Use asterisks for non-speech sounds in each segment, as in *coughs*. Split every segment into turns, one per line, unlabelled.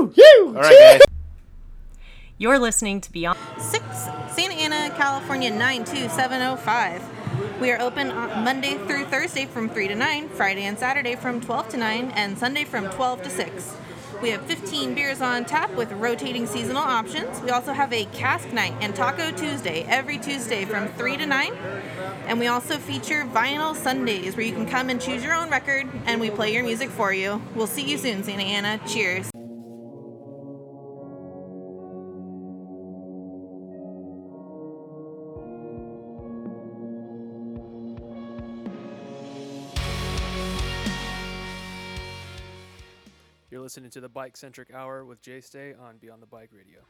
All right, guys.
You're listening to Beyond.
6, Santa Ana, California 92505. We are open on Monday through Thursday from 3 to 9, Friday and Saturday from 12 to 9, and Sunday from 12 to 6. We have 15 beers on tap with rotating seasonal options. We also have a cask night and taco Tuesday every Tuesday from 3 to 9. And we also feature vinyl Sundays where you can come and choose your own record and we play your music for you. We'll see you soon, Santa Ana. Cheers.
You're listening to the Bike Centric Hour with Jay Stay on Beyond the Bike Radio.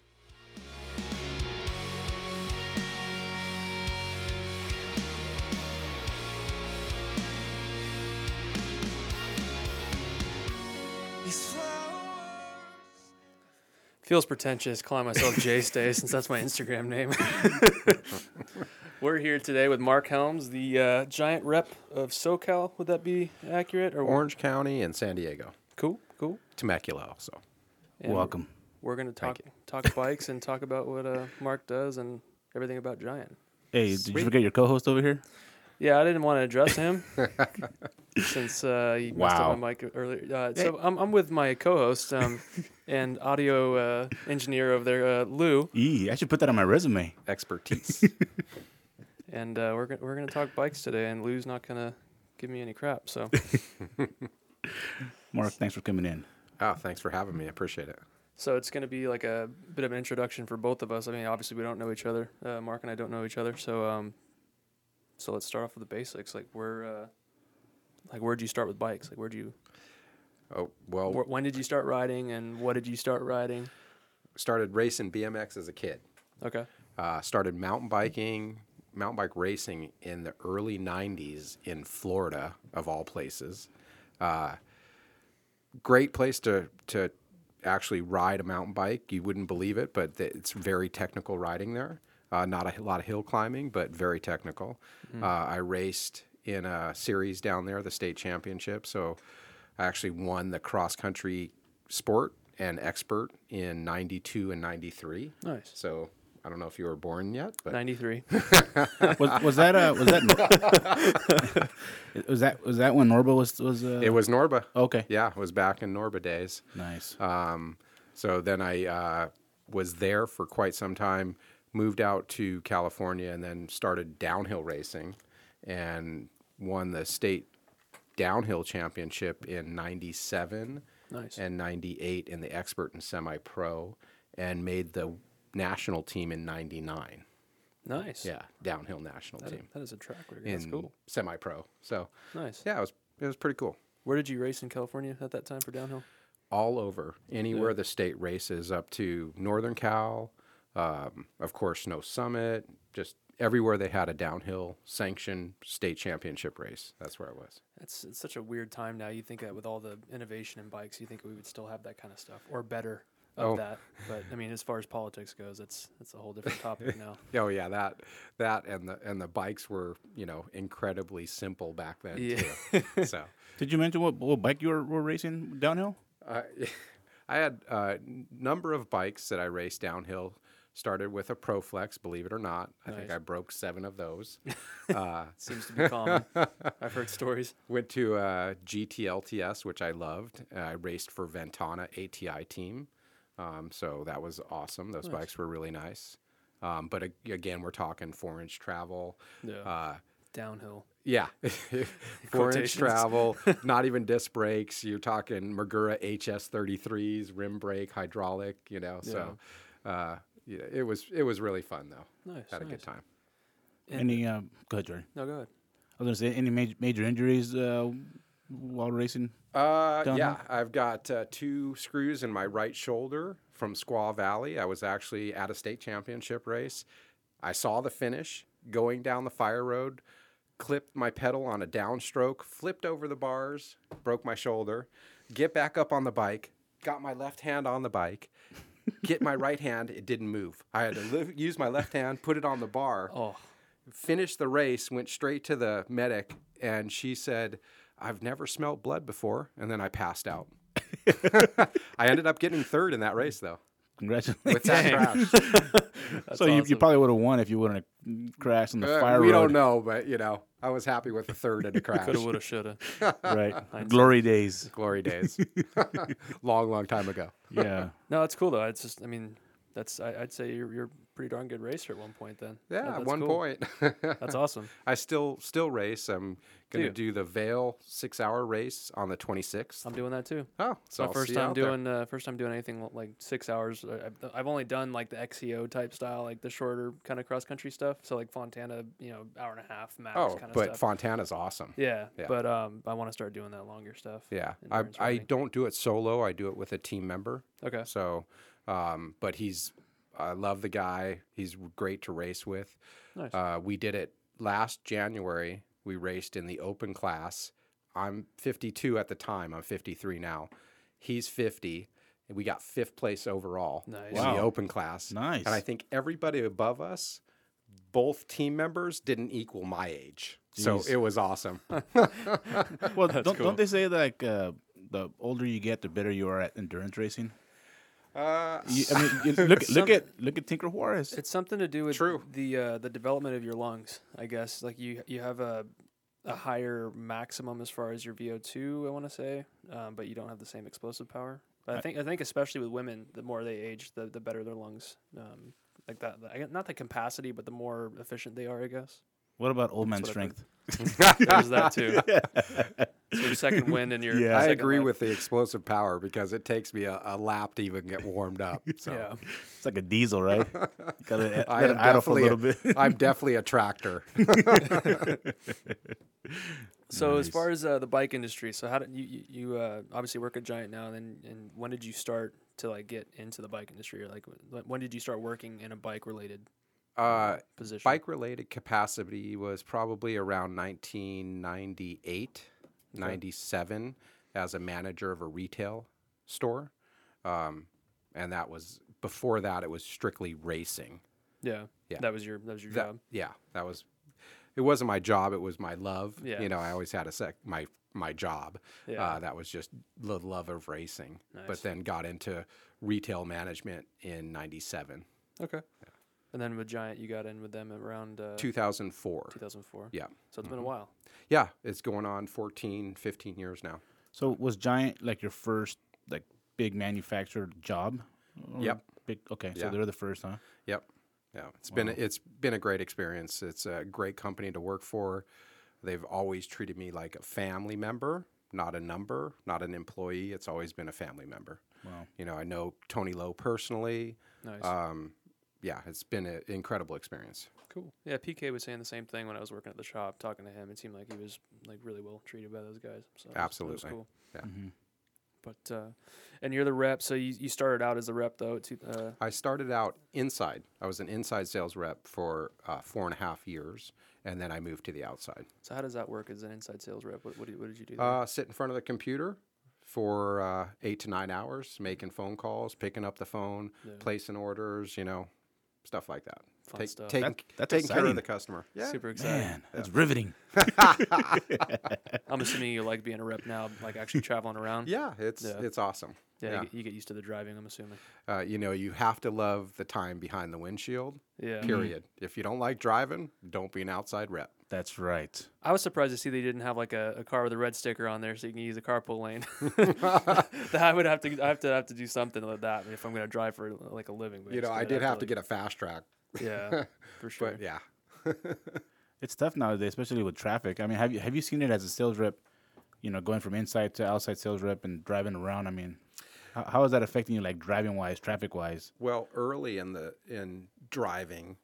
Feels pretentious calling myself Jay Stay since that's my Instagram name. We're here today with Mark Helms, the uh, giant rep of SoCal. Would that be accurate? Or
Orange County and San Diego.
Cool, cool.
Temecula also.
And
Welcome.
We're gonna talk
Thank
*laughs* talk bikes and talk about what uh, Mark does and everything about Giant.
Hey, did you forget your co-host over here?
Yeah, I didn't want to address him *laughs* since uh, he messed
Wow.
up my mic earlier. Uh, so I'm, I'm with my co-host *laughs* um, and audio uh, engineer over there, uh, Lou,
Eee, E, I should put that on my resume.
*laughs*
Expertise.
and uh, we're gonna, we're gonna talk bikes today. And Lou's not gonna give me any crap. So
Mark, thanks for coming in.
oh, thanks for having me. I appreciate it.
so it's gonna be like a bit of an introduction for both of us. I mean, obviously we don't know each other. Uh, Mark and I don't know each other. So um, so let's start off with the basics. Like where uh, like where'd you start with bikes? Like where'd you
Oh, well,
Wh- when did you start riding and what did you start riding?
started racing BMX as a kid.
Okay.
Uh, started mountain biking, mountain bike racing in the early 90s in Florida, of all places. Uh, great place to, to actually ride a mountain bike. You wouldn't believe it, but th- it's very technical riding there. Uh, not a h- lot of hill climbing, but very technical. Uh, I raced in a series down there, the state championship. So I actually won the cross country sport and expert in 92 and 93.
Nice.
So I don't know if you were born yet, but
93.
Was, was that uh was that *laughs* Nor- was that was that when Norba was was uh,
it was Norba.
okay?
Yeah, it was back in Norba days.
Nice.
So then I uh, was there for quite some time, moved out to California, and then started downhill racing and won the state downhill championship in 97
Nice.
and 98 in the expert and semi pro and made the national team in 99.
*laughs* nice.
Yeah, downhill national
That is,
team.
that is a track record.
in
That's cool.
Semi pro. So
Nice.
yeah, it was, it was pretty cool.
Where did you race in California at that time for downhill?
all over anywhere the state races up to northern cal um, of course snow summit just everywhere they had a downhill sanctioned state championship race that's where i was
That's it's such a weird time now. You think that with all the innovation in bikes, you think we would still have that kind of stuff or better of
Oh.
that. But I mean, as far as politics goes, it's it's a whole different
*laughs*
topic now.
oh yeah that that and the and the bikes were you know incredibly simple back then *laughs* too so
did you mention what, what bike you were, were racing downhill?
I I had a number of bikes that I raced downhill. Started with a Proflex, believe it or not. I think
Nice.
I broke seven of those.
seems to
*laughs*
be common. I've heard stories.
Went to uh, GTLTS, which I loved. Uh, I raced for Ventana ATI team. Um, so that was awesome. Those bikes were really nice. Um, but ag- again, we're talking four inch travel.
Yeah.
Uh,
downhill.
yeah. *laughs* four
Quotations.
inch
*laughs*
travel, not even disc brakes. You're talking Magura HS33s, rim brake, hydraulic, you know. So uh, yeah, it was it was really fun, though.
Nice,
Had a
nice.
good time.
Any uh, go ahead, Jordan.
No, go ahead.
I was gonna say any major, major injuries uh, while racing.
Uh,
Down
yeah, I've got uh, two screws in my right shoulder from Squaw Valley. I was actually at a state championship race. I saw the finish going down the fire road, clipped my pedal on a downstroke, flipped over the bars, broke my shoulder, get back up on the bike, got my left hand on the bike, get my right hand, it didn't move. I had to li- use my left hand, put it on the bar
Oh,
finished the race, went straight to the medic, and she said, I've never smelled blood before. And then I passed out. *laughs* I ended up getting third in that race though. With
Congratulations.
that crash.
*laughs*
so you, you probably would have won if you wouldn't have crashed on the
Uh,
fire
we
road.
don't know, but you know, I was happy with the third in the *laughs* crash.
Coulda, woulda, shoulda.
Right. *laughs* Glory days.
Glory
*laughs*
days. long, long time ago.
Yeah.
No, that's cool though. It's just, I mean, that's I, I'd say you're you're a pretty darn good racer at one point then. That-
Yeah, at
Oh, that's
one
cool.
point. *laughs*
That's awesome.
I still still race. I'm gonna
Do
do the Vale six hour race on the twenty sixth.
I'm doing that too.
Oh,
It's
so
my
I'll
first
see you
time
out there.
doing uh, first time doing anything lo- like six hours. I- I've, I've only done like the XCO type style, like the shorter kind of cross country stuff. So like Fontana, you know, hour and a half max
Oh,
kind of
but
stuff.
Fontana's awesome.
yeah,
Yeah.
but um, I want to start doing that longer stuff.
Yeah, I,
endurance
I
riding.
don't do it solo. I do it with a team member.
Okay.
So, um, but he's, I love the guy. He's great to race with.
Nice.
Uh, we did it last January. We raced in the open class. I'm 52 at the time. I'm 53 now. He's 50. And we got fifth place overall
Nice.
in
Wow.
the open class.
Nice.
And I think everybody above us, both team members, didn't equal my age. So
Jeez.
it was awesome.
Well, don't, don't they say like uh, the older you get, the better you are at endurance racing?
Uh,
You, I mean,
*laughs*
you look look at look at Tinker Juarez.
It's something to do with
True.
the uh, the development of your lungs, I guess. Like you you have a a higher maximum as far as your VO two, I want to say, um, but you don't have the same explosive power. But I think I think especially with women, the more they age, the the better their lungs. Um, like that, I gue- not the capacity, but the more efficient they are, I guess.
What about old man
what I heard.
strength?
There's that too. It's your second win and your
Yeah.
I
second
agree
life.
with the explosive power because it takes me a, a lap to even get warmed
*laughs*
up. So
yeah.
It's like a diesel, right?
*laughs*
Gotta,
I
gotta
am
idle for
definitely
a little bit.
*laughs*
*laughs*
I'm definitely a tractor.
So as far as uh, the bike industry, so how did you you, you uh, obviously work at Giant now, and then and when did you start to like get into the bike industry, or like wh- when did you start working in a bike related
Uh,
position?
bike related capacity was probably around 1998, 97 as a manager of a retail store. Um, and that was before that, it was strictly racing.
yeah,
Yeah.
that was your that was your
That-
job.
yeah, that was. It wasn't my job. It was my love.
Yeah.
You know, I always had a sec my my job.
Yeah.
Uh, that was just the love of racing.
Nice.
But then got into retail management in '97,
Okay, and then with Giant, you got in with them around uh,
2004.
2004.
Yeah, Mm-hmm.
so it's been a while.
yeah. It's going on 14, 15 years now.
So was Giant like your first like big manufactured job? Or
Yep.
Big, okay, so
Yeah.
they're the first, huh?
Yep. Yeah. It's been it's been a great experience. It's a great company to work for. They've always treated me like a family member, not a number, not an employee. It's always been a family member.
Wow.
You know, I know Tony Lowe personally.
Nice,
Um, yeah, it's been an incredible experience.
cool. Yeah, PK was saying the same thing when I was working at the shop, talking to him. It seemed like he was like really well treated by those guys. So it was- it was
Absolutely.
cool.
Yeah.
But uh, and you're the rep, so you, you started out as the rep though. To, uh,
I started out inside. I was an inside sales rep for uh, four and a half years, and then I moved to the outside.
So how does that work as an inside sales rep? What, what, did, what did you do? there?
Uh, sit in front of the computer for uh, eight to nine hours, making phone calls, picking up the phone, placing orders, you know, stuff like that.
Fun
Take,
stuff.
Taking,
That- that's
taking care
exciting.
of the customer. Yeah.
Super excited.
Man, that's riveting.
I'm assuming you like being a rep now, like actually
*laughs*
traveling around.
Yeah, it's
Yeah.
it's awesome.
Yeah.
Yeah.
You, get, you get used to the driving. I'm assuming.
Uh, you know, you have to love the time behind the windshield.
Yeah. Mm-hmm.
Period. If you don't like driving, don't be an outside rep.
That's right.
I was surprised to see they didn't have like a, a car with a red sticker on there, so you can use a
*laughs*
carpool lane. *laughs* That I would have to, I have to have to do something like that if I'm going to drive for like a living.
You know, I did have to get a fast track,
get.
*laughs*
Yeah, for sure.
but yeah,
It's tough nowadays, especially with traffic. I mean, have you have you seen it as a sales rep? You know, going from inside to outside sales rep and driving around. I mean, how, how is that affecting you, like driving wise, traffic wise?
Well, early in the in driving,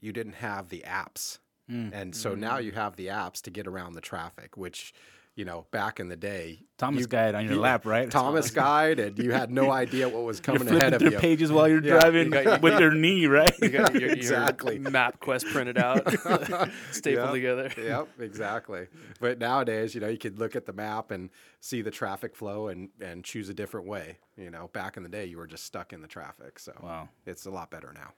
you didn't have the apps, and so
Mm-hmm.
now you have the apps to get around the traffic, which. You know, back in the day,
Thomas
you-
Guide on your
you-
lap,
*laughs*
right? *laughs*
Thomas Guide, and you had no idea what was
You're
coming ahead
flipping
of *laughs*
through
you.
pages while you're
Yeah.
driving *laughs*
*laughs*
with your knee, right?
You
*laughs*
got your, your
Exactly.
map quest printed
*laughs*
out, *laughs* stapled
Yep.
together.
yep, exactly. But nowadays, you know, you could look at the map and see the traffic flow and and choose a different way. You know, back in the day, you were just stuck in the traffic. So
Wow.
it's a lot better now.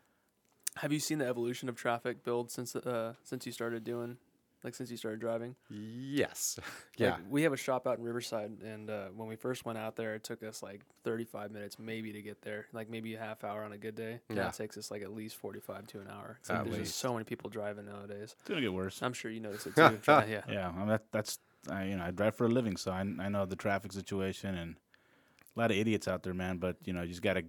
Have you seen the evolution of traffic build since uh, since you started doing like since you started driving?
Yes. *laughs*
Like,
Yeah.
we have a shop out in Riverside, and uh, when we first went out there, it took us like 35 minutes maybe to get there, like maybe a half hour on a good day. Yeah.
Yeah.
Now it takes us like at least 45 to an hour. It's like
At
there's just
least.
so many people driving nowadays.
It's gonna get worse.
I'm sure you notice *laughs* it too. Dri- yeah.
yeah, I mean, that, that's I, you know I drive for a living, so I, I know the traffic situation and a lot of idiots out there, man. But you know you just gotta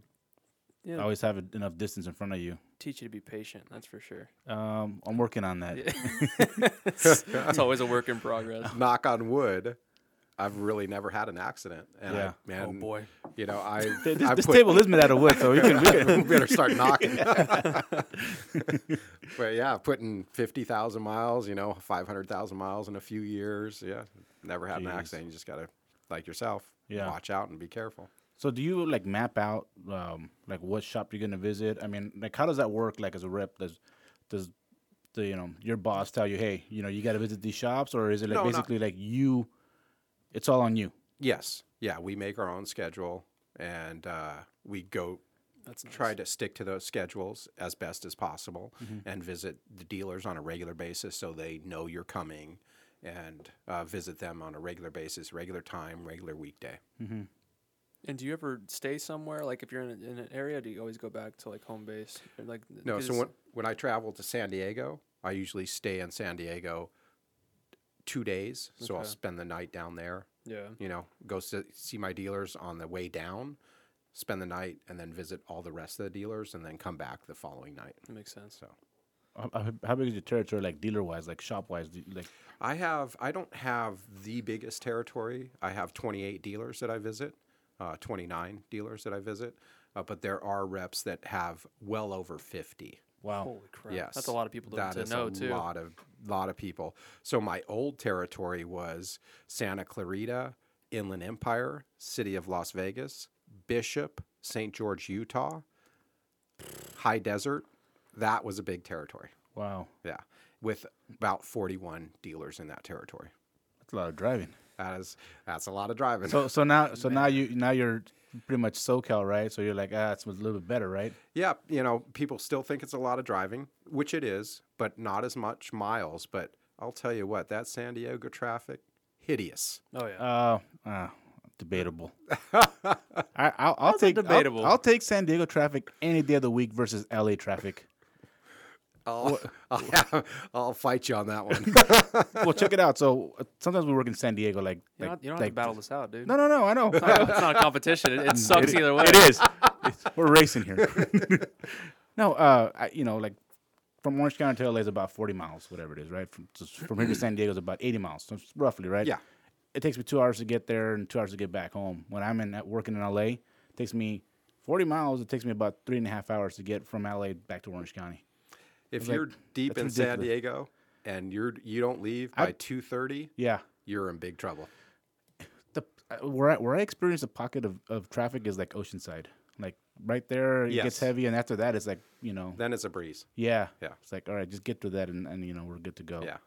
You know,
always have a, enough distance in front of you.
teach you to be patient. That's for *laughs* sure.
Um, I'm working on that.
it's always a work in *laughs* progress.
Knock on wood. I've really never had an accident, and
Yeah.
I, man,
Oh, boy.
you know I,
Th- *laughs* This,
I
this
put- *laughs*
table is made out of wood, so we can, we can
we better
*laughs*
start knocking. but yeah, putting fifty thousand miles, you know, five hundred thousand miles in a few years. Yeah, never had an
Jeez.
accident. You just gotta, like yourself,
Yeah.
watch out and be careful.
So do you like map out um, like what shop you're gonna visit? I mean, like how does that work? Like as a rep, does does the you know your boss tell you, hey, you know, you gotta visit these shops, or is it like
No, not-
basically like you? It's all on you.
Yes, yeah, we make our own schedule, and uh, we go
That's nice. Mm-hmm.
try to stick to those schedules as best as possible and visit the dealers on a regular basis so they know you're coming and uh, visit them on a regular basis, regular time, regular weekday.
And do you ever stay somewhere? Like if you're in, a, in an area, do you always go back to like home base? Or, like
No,
'cause
so
it's-
when, when I travel to San Diego, I usually stay in San Diego two days. So I'll
Okay.
spend the night down there,
yeah,
you know, go s- see my dealers on the way down, spend the night, and then visit all the rest of the dealers, and then come back the following night.
that makes sense.
So
How- How, how big is your territory, like dealer wise, like shop wise? Like
I have I don't have the biggest territory. I have 28 dealers that I visit, uh, 29 dealers that I visit, uh, but there are reps that have well over 50.
wow,
Holy crap!
Yes,
that's a lot of people to,
That
to
is
know
a
too.
lot of lot of people. So my old territory was Santa Clarita, Inland Empire, City of Las Vegas, Bishop, St. George, Utah, High Desert. That was a big territory.
wow,
Yeah, with about 41 dealers in that territory.
that's a lot of driving.
That is that's a lot of driving.
So so now so now you now you're pretty much SoCal, right? So you're like ah, it's a little bit better, right?
yeah, you know, people still think it's a lot of driving, which it is, but not as much miles. But I'll tell you what, that San Diego traffic, hideous.
Oh yeah,
Uh, uh
*laughs*
debatable. I, I'll, I'll take I'll-
debatable.
I'll, take San Diego traffic any day of the week versus LA traffic.
I'll, *laughs* I'll, I'll fight you on that
*laughs*
one.
well, check it out. So uh, sometimes we work in San Diego, like,
you
like,
don't, you don't have
like
to battle this out, dude.
No, no, no. I know. *laughs* I know.
it's not a competition. It, it sucks either way.
It is.
*laughs*
It's- we're racing here. no, uh, I, you know, like from Orange County to LA is about forty miles, whatever it is, right? From just from here to San Diego is about eighty miles, so it's roughly, right?
Yeah.
It takes me two hours to get there and two hours to get back home. When I'm in at working in LA, it takes me forty miles. It takes me about three and a half hours to get from LA back to Orange County.
If
like,
you're deep in
that's
San
ridiculous.
Diego and you're you don't leave by two thirty,
Yeah.
you're in big trouble.
the uh, where I, where I experience a pocket of, of traffic is like Oceanside, like right there it
Yes.
gets heavy, and after that it's like you know
Then it's a breeze.
yeah
Yeah.
it's like all right just get through that and, and you know we're good to go
Yeah,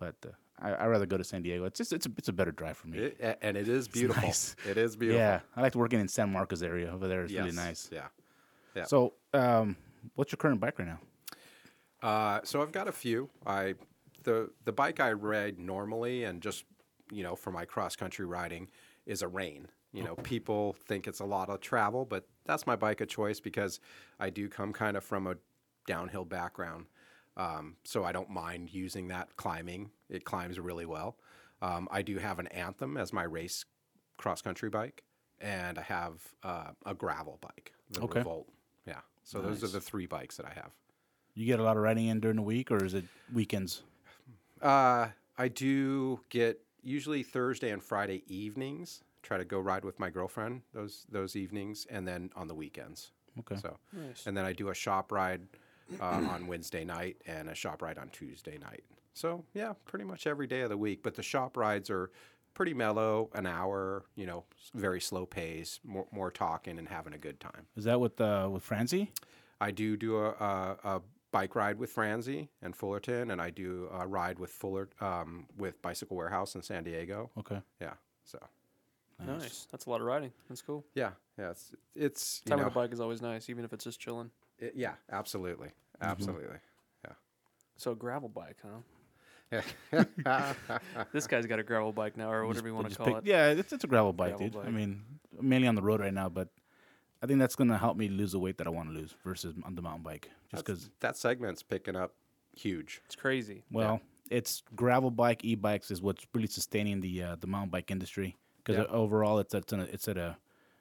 but uh, I I rather go to San Diego it's just it's a, it's a better drive for me
It- a- and it is beautiful.
nice.
It is beautiful.
yeah I like working in San Marcos area over there it's really
Yes.
nice
Yeah.
so um what's your current bike right now
Uh, so I've got a few. I the the bike I ride normally and just you know for my cross country riding is a rain. You know, people think it's a lot of travel, but that's my bike of choice because I do come kind of from a downhill background, um, so I don't mind using that climbing. It climbs really well. Um, I do have an Anthem as my race cross country bike, and I have uh, a gravel bike, the
Okay.
Revolt. Yeah, so those are the three bikes that I have.
you get a lot of riding in during the week or is it weekends
Uh, I do get usually Thursday and Friday evenings. Try to go ride with my girlfriend those those evenings, and then on the weekends.
okay
So, and then I do a shop ride uh, on Wednesday night and a shop ride on Tuesday night. So yeah, pretty much every day of the week. But the shop rides are pretty mellow, an hour. You know, s- very slow pace, more more talking and having a good time.
is that with uh with Francie
I do do a, a, a bike ride with Franzi and Fullerton, and I do a ride with Fuller um, with Bicycle Warehouse in San Diego.
okay
Yeah, so
Nice. That's a lot of riding. That's cool.
yeah, yeah, it's it's you
Time
know,
on the bike is always nice, even if it's just chilling.
Mm-hmm. *laughs* it- yeah, absolutely, absolutely.
So gravel bike, huh? This guy's got a gravel bike now, or whatever you want to
Just
call
pick-
it.
Yeah, it's, it's a gravel bike,
Gravel
dude. I
bike.
mean, mainly on the road right now, but I think that's gonna help me lose the weight that I want to lose versus on the mountain bike. Just because,
that segment's picking up huge.
It's crazy.
well, it's gravel bike, e-bikes is what's really sustaining the uh, the mountain bike industry. Because
Yeah.
overall, it's it's, in a, it's at a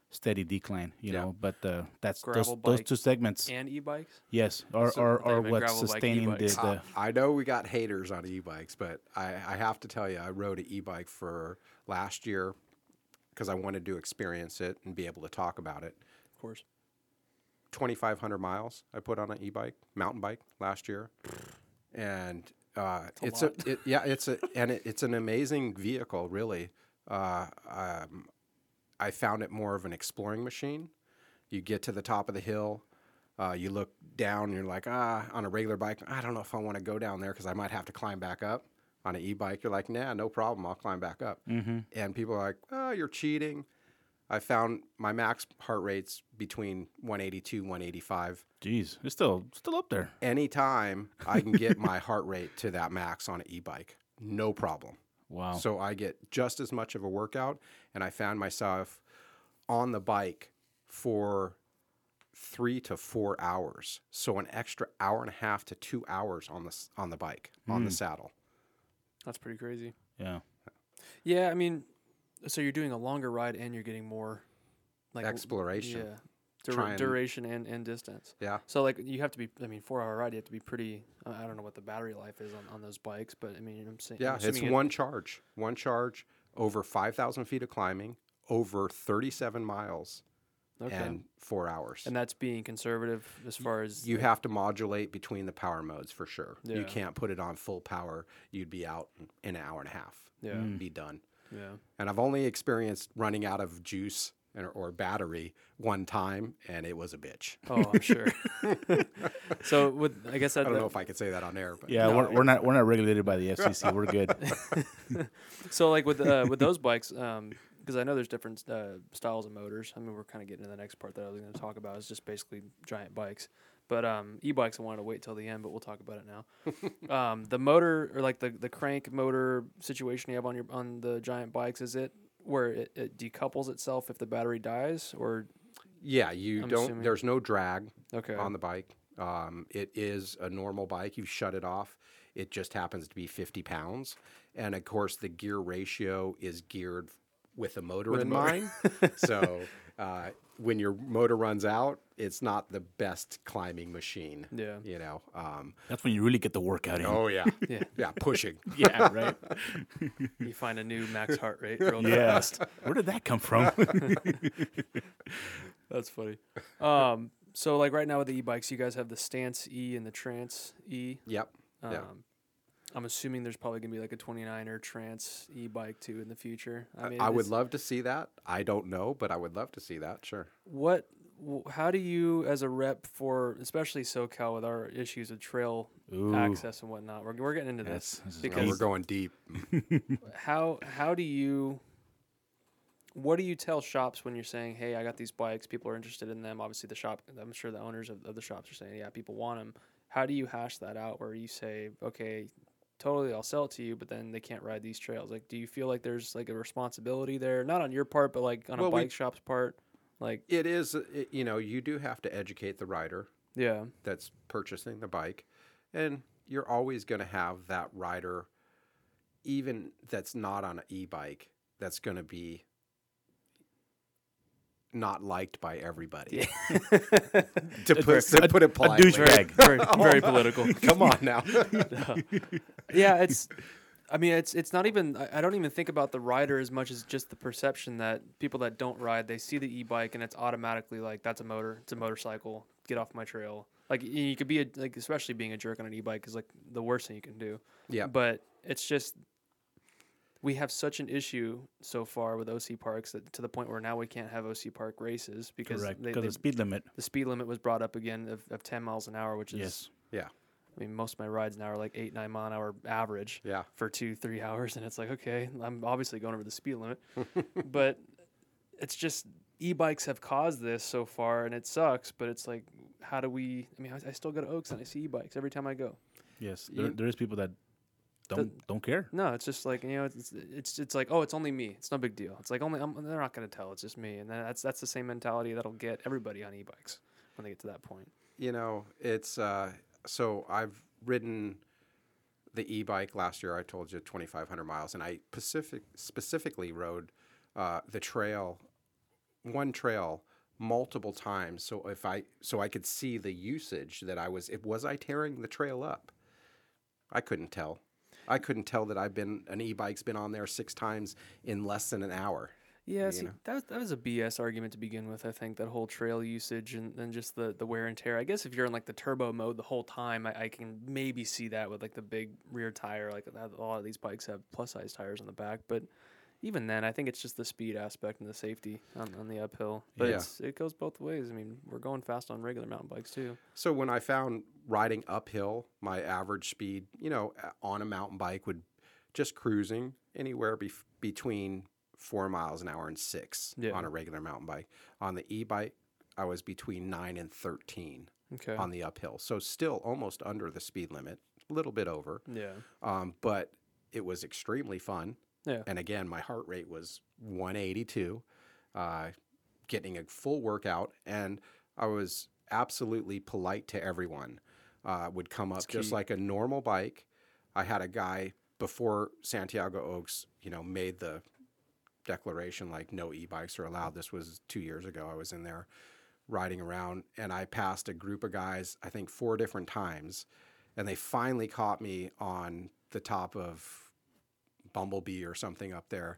steady decline, you
Yeah.
know. But uh, that's those,
Gravel
those
bike
two segments,
And e-bikes.
yes, are are,
they're
are
even
what's
gravel bike,
sustaining the,
e-bikes.
the
I know we got haters on e-bikes, but I, I have to tell you, I rode an e-bike for last year because I wanted to experience it and be able to talk about it.
Of course.
2,500 miles I put on an e-bike, mountain bike last year, and uh, it's a, it, yeah, it's a and it, it's an amazing vehicle, really. Uh, um, I found it more of an exploring machine. You get to the top of the hill, uh, you look down, and you're like, ah, on a regular bike, I don't know if I want to go down there because I might have to climb back up. On an e-bike, you're like, nah, no problem, I'll climb back up.
mm-hmm.
And people are like, oh, you're cheating. I found my max heart rate's between 182, 185.
Jeez, it's still still up there.
Anytime I can get my heart rate to that max on an e bike, no problem.
Wow.
So I get just as much of a workout. And I found myself on the bike for three to four hours. So an extra hour and a half to two hours on the, s- on the bike, on the saddle.
That's pretty crazy.
yeah.
Yeah, I mean, so you're doing a longer ride and you're getting more, like
Exploration.
Yeah, Dur-
Try and-
duration and and distance.
Yeah.
So like you have to be. I mean, four hour ride. You have to be pretty. I I don't know what the battery life is on, on those bikes, but I mean, I'm saying.
Yeah,
I'm
it's
assuming it-
one charge. One charge over 5,000 feet of climbing, over 37 miles,
Okay.
and four hours.
And that's being conservative as far as
you have to modulate between the power modes for sure. You
Yeah.
can't put it on full power. You'd be out in an hour and a half.
Yeah.
and Be done.
yeah.
And I've only experienced running out of juice or, or battery one time, and it was a bitch.
Oh,
*laughs*
I'm sure. so with I guess that,
I don't know if I could say that on air, but
Yeah, we're, we're not we're not
*laughs*
regulated by the FCC. We're good.
so like with uh, with those bikes, because I know there's different uh, styles of motors. I mean, we're kind of getting to the next part that I was going to talk about. It's just basically giant bikes. But um, e-bikes, I wanted to wait till the end, but we'll talk about it
*laughs*
now. um, the motor or like the, the crank motor situation you have on your on the giant bikes is it where it, it decouples itself if the battery dies or
Yeah, you
I'm
don't.
assuming.
There's no drag
Okay.
on the bike. Um, it is a normal bike. You shut it off. It just happens to be 50 pounds, and of course the gear ratio is geared with a motor in mind.
*laughs*
so uh, when your motor runs out, it's not the best climbing machine.
Yeah.
You know. Um,
That's when you really get the workout in.
oh yeah.
*laughs* Yeah.
*laughs* Yeah. Pushing.
*laughs* Yeah, right.
you find a new
*laughs*
max heart rate real
Yeah. Where did that come from?
*laughs* That's funny. Um, so like right now with the e-bikes, you guys have the stance E and the trance E.
Yep.
Um,
yeah.
I'm assuming there's probably gonna be like a 29er trance e-bike too in the future. I mean,
I would
it's-
love to see that. I don't know, but I would love to see that. Sure.
What? wh- How do you, as a rep for especially SoCal, with our issues of trail access and whatnot, we're, we're getting into this,
Yes, this is
Oh,
because
we're going deep.
how how do you what do you tell shops when you're saying hey i got these bikes people are interested in them obviously the shop i'm sure the owners of, of the shops are saying yeah people want them how do you hash that out where you say okay totally i'll sell it to you but then they can't ride these trails like do you feel like there's like a responsibility there not on your part but like on a
Well, we-
bike shop's part like
It is. uh, It, you know, you do have to educate the rider.
yeah
that's purchasing the bike, and you're always going to have that rider, even that's not on an e-bike, that's going to be not liked by
*laughs*
everybody. *laughs* to put, to put it
a
politely, *laughs*
douchebag.
very, very political
Come on now.
*laughs*
*laughs* yeah, it's. I mean, it's it's not even. I I don't even think about the rider as much as just the perception that people that don't ride, they see the e-bike and it's automatically like that's a motor, it's a motorcycle. Get off my trail. Like y- you could be a, like, especially being a jerk on an e-bike is like the worst thing you can do.
Yeah.
But it's just we have such an issue so far with OC parks that to the point where now we can't have OC park races because
Correct.
they,
Because
they-
the speed limit.
the speed limit was brought up again of, of ten miles an hour, which is
Yes.
yeah.
I mean, most of my rides now are like eight, nine mile an hour average
Yeah.
for two, three hours. And it's like, okay, I'm obviously going over the speed limit. *laughs* but it's just e bikes have caused this so far and it sucks. But it's like, how do we? I mean, I, I still go to Oaks and I see e bikes every time I go.
Yes. There, there is people that don't don't care.
No, it's just like you know, it's it's it's like oh, it's only me. It's no big deal. It's like only I'm, they're not gonna tell. It's just me, and then that's that's the same mentality that'll get everybody on e-bikes when they get to that point.
you know, it's uh, so I've ridden the e-bike last year. I told you 2,500 miles, and I Pacific specifically rode uh, the trail, one trail multiple times. So if I so I could see the usage that I was. It was I tearing the trail up. I couldn't tell. I couldn't tell that I've been an e-bike's been on there six times in less than an hour.
Yeah, see, that was, that was a BS argument to begin with. I think that whole trail usage and, and just the, the wear and tear. I guess if you're in like the turbo mode the whole time, I, I can maybe see that with like the big rear tire. Like a lot of these bikes have plus size tires on the back, but even then, I think it's just the speed aspect and the safety on, on the uphill. But
Yeah.
it's, it goes both ways. I mean, we're going fast on regular mountain bikes too.
So when I found riding uphill, my average speed, you know, a- on a mountain bike would just cruising anywhere bef between four miles an hour and six
Yeah.
on a regular mountain bike. On the e-bike, I was between nine and thirteen
Okay.
on the uphill. So still almost under the speed limit, a little bit over,
yeah.
um, but it was extremely fun.
Yeah.
And again, my heart rate was 182, uh, getting a full workout. And I was absolutely polite to everyone. Uh, would come up just like a normal bike. I had a guy before Santiago Oaks, you know, made the declaration like no e-bikes are allowed. This was two years ago. I was in there riding around and I passed a group of guys, I think four different times, and they finally caught me on the top of Bumblebee or something up there,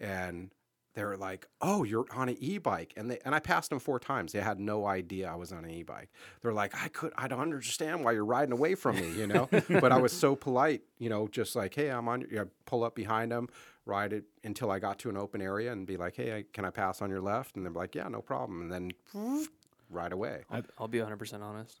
and they were like, "Oh, you're on an e-bike," and they and I passed them four times. They had no idea I was on an e-bike. They're like, "I could, I don't understand why you're riding away from me," you
*laughs*
know. but I was so polite, you know, just like, "Hey, I'm on." your-" You know, pull up behind them, ride it until I got to an open area, and be like, "Hey, I, can I pass on your left?" And they're like, "Yeah, no problem," and then *laughs* right away.
I'll, I'll be 100% honest.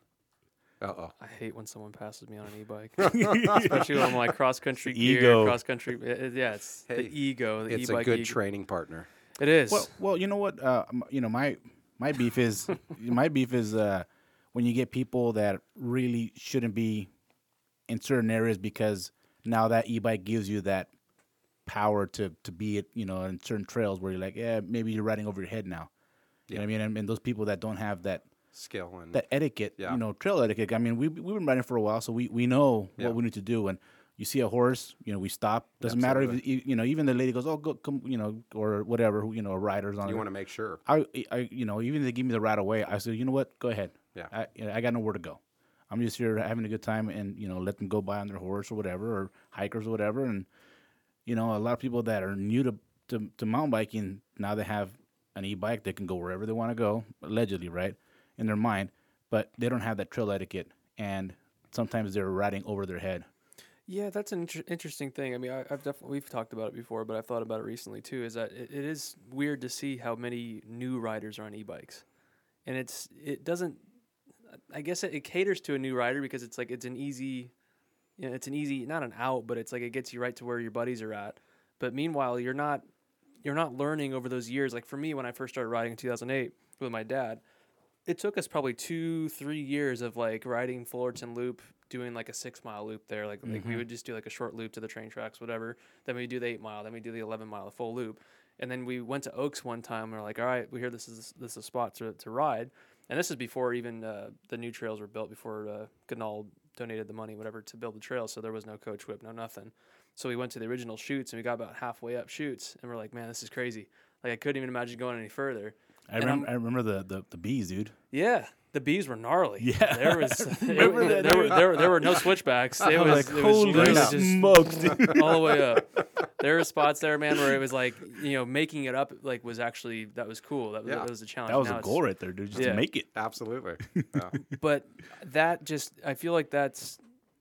Uh oh.
I hate when someone passes me on an
*laughs*
e-bike, especially when I'm like cross country gear,
ego.
cross country. Yeah, it's
Hey,
the ego. The
It's
e-bike e-,
a good
ego.
training partner.
It is.
Well, well, you know what? Uh, m- you know my my beef is
*laughs*
my beef is uh, when you get people that really shouldn't be in certain areas because now that e-bike gives you that power to to be at you know in certain trails where you're like, yeah, maybe you're riding over your head now. You know what I mean? And, and those people that don't have that
Skill and
that etiquette,
Mm. Yeah.
you know, trail etiquette. I mean, we we've been riding for a while, so we we know
Yeah.
what we need to do. And you see a horse, you know, we stop. Doesn't matter if you you know, even the lady goes, "Oh, go, come," you know, or whatever, who- you know, riders on.
you
it.
want to make sure.
I, I, you know, even if they give me the right away, I said, you know what, go ahead.
Yeah.
I, you know, I got nowhere to go. I'm just here having a good time, and you know, let them go by on their horse or whatever, or hikers or whatever. And you know, a lot of people that are new to to, to mountain biking now they have an e-bike, they can go wherever they want to go, allegedly, right, in their mind, but they don't have that trail etiquette, and sometimes they're riding over their head.
Yeah, that's an inter- interesting thing. I mean, I, I've definitely we've talked about it before, but I've thought about it recently too. Is that it, it is weird to see how many new riders are on e-bikes, and it's it doesn't. I guess it, it caters to a new rider because it's like it's an easy, you know, it's an easy not an out, but it's like it gets you right to where your buddies are at. But meanwhile, you're not you're not learning over those years. Like for me, when I first started riding in 2008 with my dad, it took us probably two, three years of like riding Fullerton Loop, doing like a six mile loop there. Like, like we would just do like a short loop to the train tracks, whatever. Then we do the eight mile, then we do the 11 mile, the full loop. And then we went to Oaks one time. And we're like, all right, we hear this is this is a spot to, to ride. And this is before even uh, the new trails were built, before uh, Goodall donated the money, whatever, to build the trails. So there was no coach whip, no nothing. So we went to the original shoots and we got about halfway up shoots and we're like, man, this is crazy. Like I couldn't even imagine going any further.
I
And I'm-
remember, I remember the, the the bees, dude.
yeah, the bees were gnarly.
Yeah.
there
*laughs*
was it-
Remember
it-
that,
there, were,
dude?
there, were- there were no
*laughs*
switchbacks. It was,
like,
it was
holy
literally just
smokes, dude.
all the way up. There were spots there, man, where it was like you know making it up like was actually that was cool. That was,
Yeah.
that was a challenge.
That was
Now
a
it's-
goal right there, dude. Just
Yeah.
to make it.
Absolutely. Uh, Yeah.
but that just I feel like that's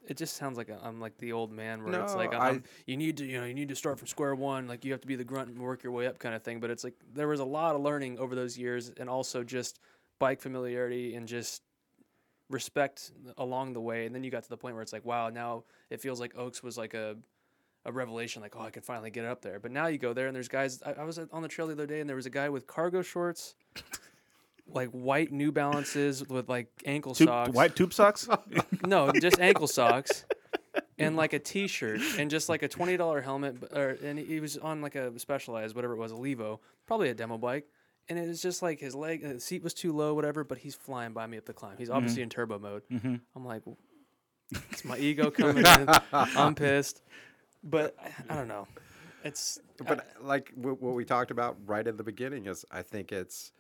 it just sounds like I'm like the old man where it's like
No,
I'm,
I-
you need to you know you need to start from square one like you have to be the grunt and work your way up kind of thing but it's like there was a lot of learning over those years and also just bike familiarity and just respect along the way and then you got to the point where it's like wow now it feels like Oaks was like a a revelation like oh I can finally get up there but now you go there and there's guys I, I was on the trail the other day and there was a guy with cargo shorts like white New Balances with like ankle
Tube,
socks *laughs*
white tube socks.
no, just ankle socks. and like a T-shirt and just like a twenty dollar helmet, b- or and he was on like a Specialized, whatever it was, a Levo, probably a demo bike, and it was just like his leg, the seat was too low, whatever. But he's flying by me up the climb. He's
Mm-hmm.
obviously in turbo mode. I'm like, it's my ego coming in. I'm pissed, but I, I don't know. It's
but uh, like w- what we talked about right at the beginning is i think it's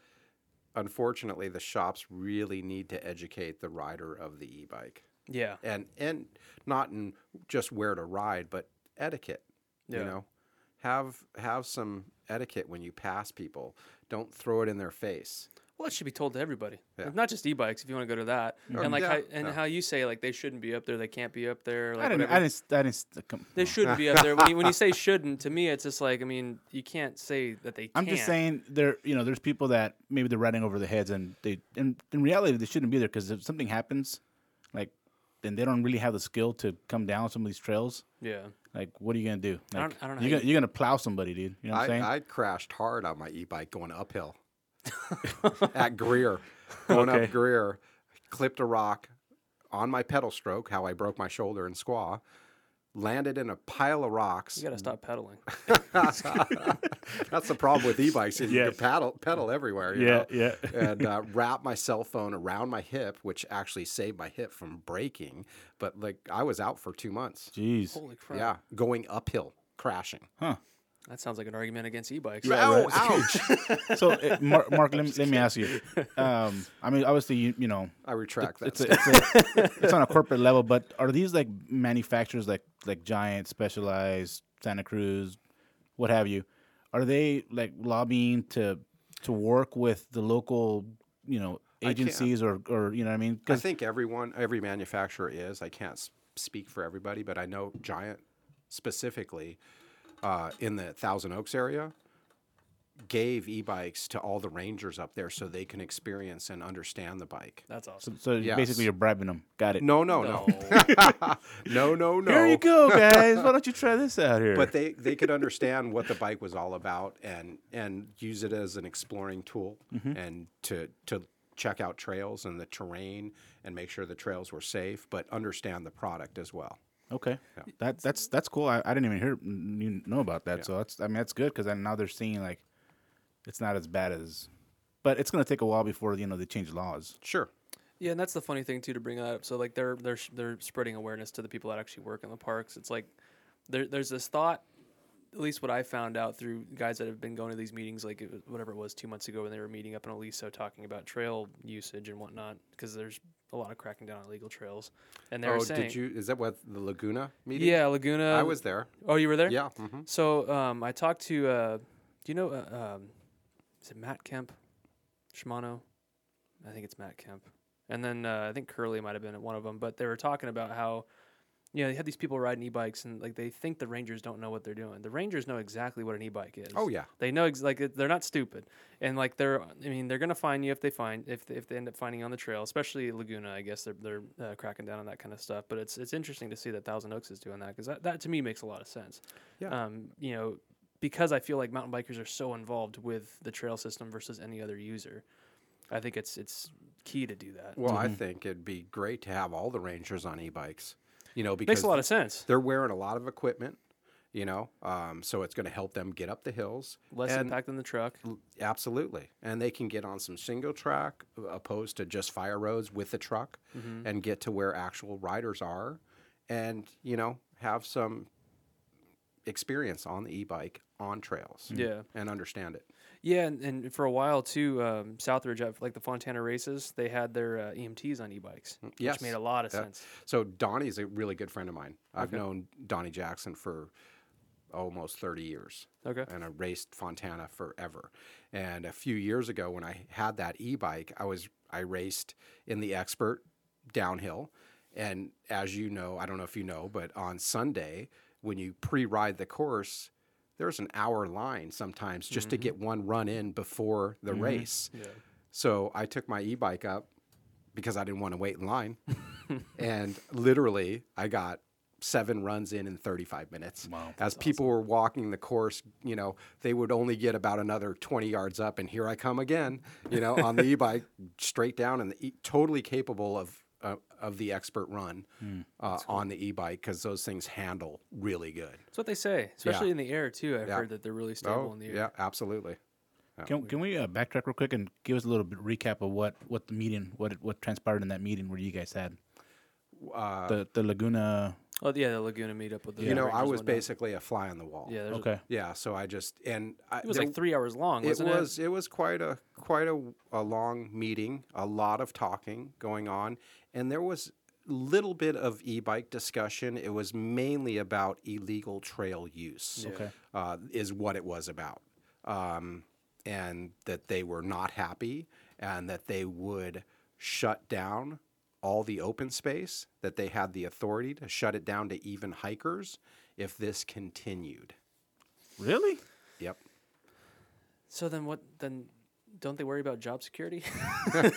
unfortunately the shops really need to educate the rider of the e-bike
yeah,
and and not in just where to ride but etiquette
Yeah.
you know have have some etiquette when you pass people don't throw it in their face
Well, it should be told to everybody,
Yeah.
Like, not just e-bikes. If you want to go to that, and like
yeah,
how, and
yeah.
how you say like they shouldn't be up there, they can't be up there. Like,
I didn't.
whatever.
I didn't. I didn't. Come,
They shouldn't be up there. When you, when you say shouldn't, to me, it's just like I mean, you can't say that they.
I'm
can't.
just saying there. You know, there's people that maybe they're riding over their heads, and they in, in reality they shouldn't be there because if something happens, like then they don't really have the skill to come down some of these trails.
Yeah,
Like, what are you gonna do? Like,
don't- I don't know how
You're
you-
gonna, you're gonna plow somebody, dude. You know what I'm saying?
I, I crashed hard on my e-bike going uphill
*laughs*
at Greer, going
Okay.
up Greer, clipped a rock on my pedal stroke, how I broke my shoulder in squaw, landed in a pile of rocks.
you gotta stop pedaling.
*laughs* That's the problem with e-bikes is you
Yes.
can paddle, pedal everywhere. you
Yeah,
know?
yeah.
and
*laughs*
uh, wrapped my cell phone around my hip, which actually saved my hip from breaking. But like I was out for two months.
Jeez.
Holy crap!
Yeah, going uphill, crashing.
that sounds like an argument against e-bikes.
Ow,
*laughs*
ouch!
So, uh, Mar-
*laughs*
Mark, let, let me ask you. Um, I mean, obviously, you, you know,
I retract that.
it's a, it's, a,
*laughs*
it's on a corporate level, but are these like manufacturers like like Giant, Specialized, Santa Cruz, what have you? Are they like lobbying to to work with the local, you know,
can't-
agencies or or you know what I mean?
I
'Cause-
think everyone, every manufacturer is. I can't s- speak for everybody, but I know Giant specifically uh, in the Thousand Oaks area gave e-bikes to all the rangers up there so they can experience and understand the bike.
that's
so,
awesome.
so
Yes.
basically, you're bribing them. Got it.
No, Oh, no, no, *laughs* no, no, no.
Here
*laughs*
you go, guys. Why don't you try this out here?
But they, they could understand what the bike was all about and and use it as an exploring tool
Mm-hmm.
and to to check out trails and the terrain and make sure the trails were safe, but understand the product as well.
Okay, that that's that's cool. I, I didn't even hear you know about that. So that's I mean that's good because now they're seeing like it's not as bad as, but it's gonna take a while before you know they change laws.
Sure.
Yeah, and that's the funny thing too to bring that up. So like they're they're sh- they're spreading awareness to the people that actually work in the parks. It's like there there's this thought, at least what I found out through guys that have been going to these meetings, like it, was- whatever it was two months ago when they were meeting up in Aliso talking about trail usage and whatnot, because there's a lot of cracking down on illegal trails. And they
oh,
were saying,
did you? Is that what the Laguna meeting?
Yeah, Laguna.
I was there.
Oh, you were there.
Yeah. hmm
So um, I talked to, uh, do you know, uh, um, is it Matt Kemp, Shimano? I think it's Matt Kemp. And then uh, I think Curly might have been at one of them, but they were talking about how, you know, they had these people riding e-bikes and like they think the rangers don't know what they're doing. The rangers know exactly what an e-bike is.
Oh, yeah.
they know ex- like it- they're not stupid, and like they're I mean they're gonna find you if they find if they, if they end up finding you on the trail, especially Laguna. I guess they're they're uh, cracking down on that kind of stuff. But it's it's interesting to see that Thousand Oaks is doing that because that, that to me makes a lot of sense
Yeah.
um, you know, because I feel like mountain bikers are so involved with the trail system versus any other user. I think it's it's key to do that.
Well, I think it'd be great to have all the Rangers on e-bikes. You know, because
Makes a lot of sense.
they're wearing a lot of equipment. You know, um, so it's going to help them get up the hills.
Less
and
impact than the truck.
Absolutely, and they can get on some single track uh, opposed to just fire roads with the truck,
Mm-hmm.
and get to where actual riders are, and you know have some experience on the e-bike on trails.
Yeah.
and understand it.
Yeah, and, and for a while too, um, Southridge, at, like the Fontana races, they had their uh, EMTs on e-bikes,
Mm, yes.
which made a lot of
Yeah.
sense.
So Donnie's a really good friend of mine. I've known Donnie Jackson for almost 30 years.
Okay.
And I raced Fontana forever. And a few years ago when I had that e-bike, I was I raced in the expert downhill. And as you know, I don't know if you know, but on Sunday when you pre-ride the course, there's an hour line sometimes just to get one run in before the race. So I took my e-bike up because I didn't want to wait in
*laughs*
line. and literally, I got seven runs in in 35 minutes. Wow. As people were walking the course, you know, they would only get about another 20 yards
*laughs*
up, and here I come again, you know, on the e bike, straight down, and e- totally capable of uh, of the expert run
Hmm.
uh, on the e-bike because those things handle really good.
That's what they say, especially
Yeah.
in the air too. I've
Yeah. Oh,
heard that they're really stable in the air.
yeah, absolutely.
Can, can we uh, backtrack real quick and give us a little bit recap of what, what the meeting, what what transpired in that meeting where you guys had
Uh,
the the Laguna?
Oh yeah, the Laguna meetup with the.
you know, I
Rangers
was
whatnot.
basically a fly on the wall.
Yeah, there's a-
Okay,
Yeah, so I just and I,
it was
there-
like three hours long.
It
Wasn't
was it? was quite a quite a, a long meeting, a lot of talking going on, and there was little bit of e-bike discussion. It was mainly about illegal trail use.
Okay.
uh, is what it was about, um, and that they were not happy, and that they would shut down all the open space that they had the authority to shut it down to even hikers if this continued.
really?
Yep.
So then what? Then don't they worry about job security?
*laughs*
*laughs*
yeah,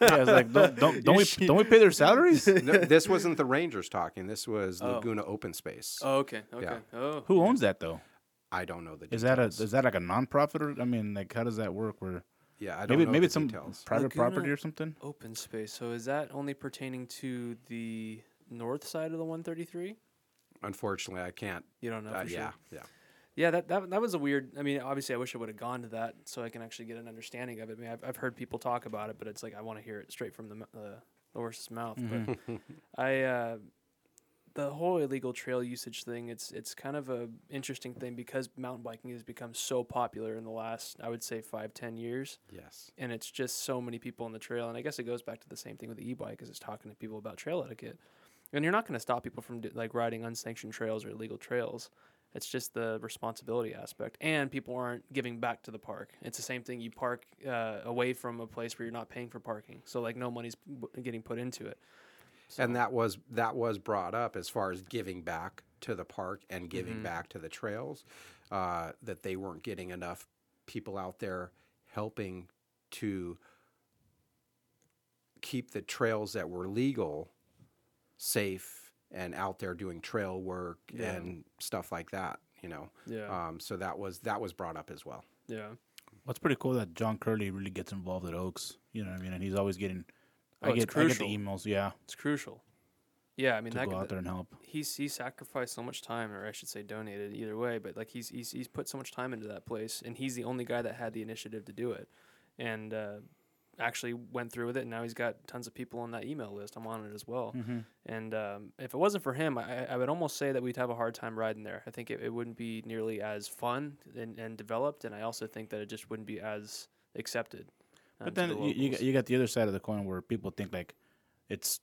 I was like, don't don't, don't we don't we pay their salaries?
no, this wasn't the Rangers talking. This was Laguna Open Space.
oh, okay. Okay.
Yeah.
Oh.
Who owns that though?
I don't know the. Details.
Is that a is that like a nonprofit or I mean like how does that work? Where
Yeah, I don't
maybe
know
maybe
the
it's some
details.
private
Laguna-
property or something.
Open space. So is that only pertaining to the north side of the 133?
Unfortunately, I can't.
You don't know.
uh,
for sure.
yeah, yeah.
Yeah, that, that that was a weird. I mean, obviously, I wish I would have gone to that so I can actually get an understanding of it. I mean, I've, I've heard people talk about it, but it's like I want to hear it straight from the m- uh, the horse's mouth. But *laughs* I uh, the whole illegal trail usage thing. It's it's kind of a interesting thing because mountain biking has become so popular in the last I would say five ten years,
Yes.
and it's just so many people on the trail. And I guess it goes back to the same thing with the e-bike, is it's talking to people about trail etiquette. And you're not going to stop people from do, like riding unsanctioned trails or illegal trails. It's just the responsibility aspect, and people aren't giving back to the park. It's the same thing. You park uh, away from a place where you're not paying for parking, so like no money's b- getting put into it.
And that was that was brought up as far as giving back to the park and giving
Mm-hmm.
back to the trails, uh, that they weren't getting enough people out there helping to keep the trails that were legal safe and out there doing trail work and stuff like that. You know.
Yeah,
Um, so that was that was brought up as well.
yeah.
What's pretty cool that John Curley really gets involved at Oaks. You know what I mean? And he's always getting.
Oh,
I
it's
get I get the
crucial.
emails. Yeah,
It's crucial. Yeah, I mean
to
that
go
could-
out there and help.
he's he sacrificed so much time, or I should say donated either way, but like he's he's he's put so much time into that place, and he's the only guy that had the initiative to do it, and uh, actually went through with it. And now he's got tons of people on that email list. I'm on it as well.
Mm-hmm.
And um, if it wasn't for him, I, I would almost say that we'd have a hard time riding there. I think it, it wouldn't be nearly as fun and, and developed, and I also think that it just wouldn't be as accepted. um,
But
to the
then you, you got-
locals.
you got the other side of the coin where people think like it's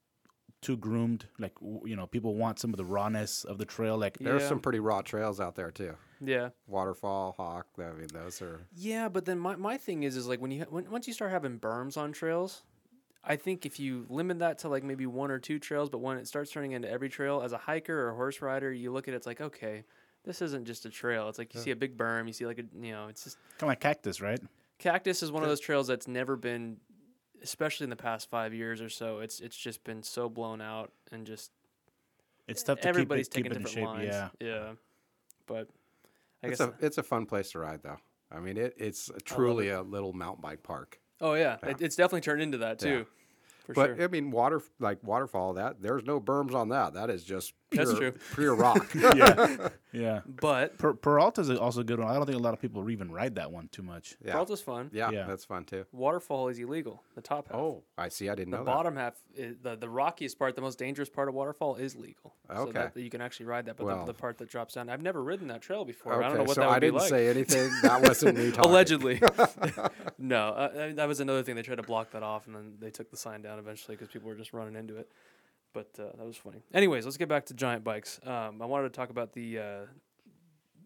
too groomed. Like w- you know, people want some of the rawness of the trail. Like
There's
Yeah.
some pretty raw trails out there too.
yeah.
Waterfall, Hawk. I mean, those are
Yeah, but then my, my thing is is like when you ha- when, once you start having berms on trails, I think if you limit that to like maybe one or two trails, but when it starts turning into every trail, as a hiker or a horse rider, you look at it, it's like okay, this isn't just a trail. It's like you see a big berm, you see like a you know, it's just
kind of like cactus, right?
cactus is one of those trails that's never been, especially in the past five years or so. It's it's just been so blown out and just
It's tough to
everybody's
keep it,
taking
keep it in
different
shape.
lines.
Yeah,
yeah, but I
it's
guess
a it's a fun place to ride though. I mean, it, it's truly a little mountain bike park.
oh yeah, It, it's definitely turned into that too. For sure.
But I mean, water like waterfall. That there's no berms on that. That is just pure,
That's true.
pure
*laughs*
rock.
yeah.
But
Per- Peralta's also a good one. I don't think a lot of people even ride that one too much.
Yeah.
Peralta's fun.
yeah,
Yeah.
that's fun too.
Waterfall is illegal. The top half.
Oh, I see. I didn't
The
know
bottom half, is, the the rockiest part, the most dangerous part of waterfall is legal. So
Okay.
that, that you can actually ride that, but
Well.
the, the part that drops down, I've never ridden that trail before.
that. Okay,
I don't know what
so
that would
I didn't
be like.
say anything. That wasn't
*laughs*
me talking. *laughs*
Allegedly, no. Uh, I mean, that was another thing. They tried to block that off, and then they took the sign down eventually because people were just running into it. But uh, that was funny. Anyways, let's get back to giant bikes. Um, I wanted to talk about the uh,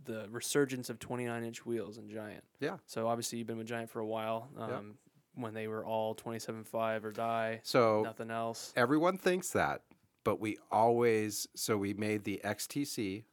the resurgence of 29 inch wheels in giant.
Yeah.
So obviously you've been with Giant for a while. Um, When they were all 27.5 or die,
So
nothing else.
everyone thinks that, but we always so we made the XTC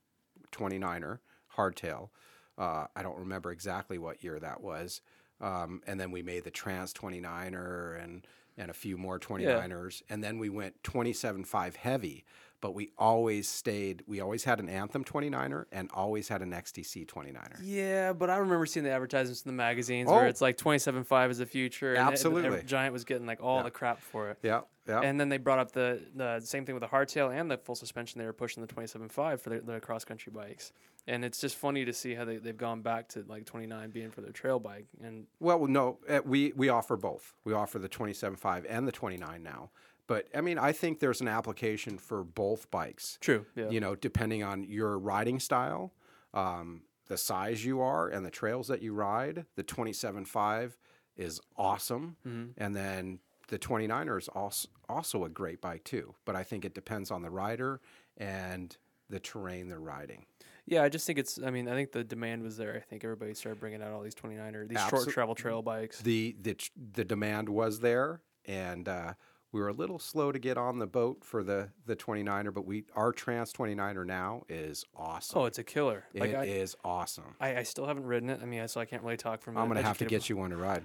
29er hardtail. Uh, I don't remember exactly what year that was. Um, and then we made the Trans 29er and and a few more 29ers, and then we went 27.5 heavy. but we always stayed. We always had an Anthem 29er and always had an XTC 29er.
Yeah, but I remember seeing the advertisements in the magazines
Oh.
where it's like 27.5 is the future. And it- and
Absolutely.
Giant was getting like all the crap for it.
Yeah, yeah.
And then they brought up the, the same thing with the hardtail and the full suspension. They were pushing the 27.5 for the, the cross country bikes. And it's just funny to see how they, they've gone back to like 29 being for their trail bike. And
Well, no, uh, we we offer both. We offer the 27.5 and the 29 now. But I mean, I think there's an application for both bikes.
True, yeah.
You know, depending on your riding style, um, the size you are, and the trails that you ride, the 27.5 is awesome,
Mm-hmm.
and then the 29er is also also a great bike too. But I think it depends on the rider and the terrain they're riding.
yeah, I just think it's, I mean, I think the demand was there. I think everybody started bringing out all these 29er, these short
Absol-
travel trail bikes.
the the tr- the demand was there, and uh, we were a little slow to get on the boat for the the 29er. But we our trans 29er now is awesome.
Oh, it's a killer.
It is
Like, I,
awesome.
I, I still haven't ridden it. I mean, I, so I can't really talk from
I'm
an
gonna have to
educated
get you one to
*laughs*
ride.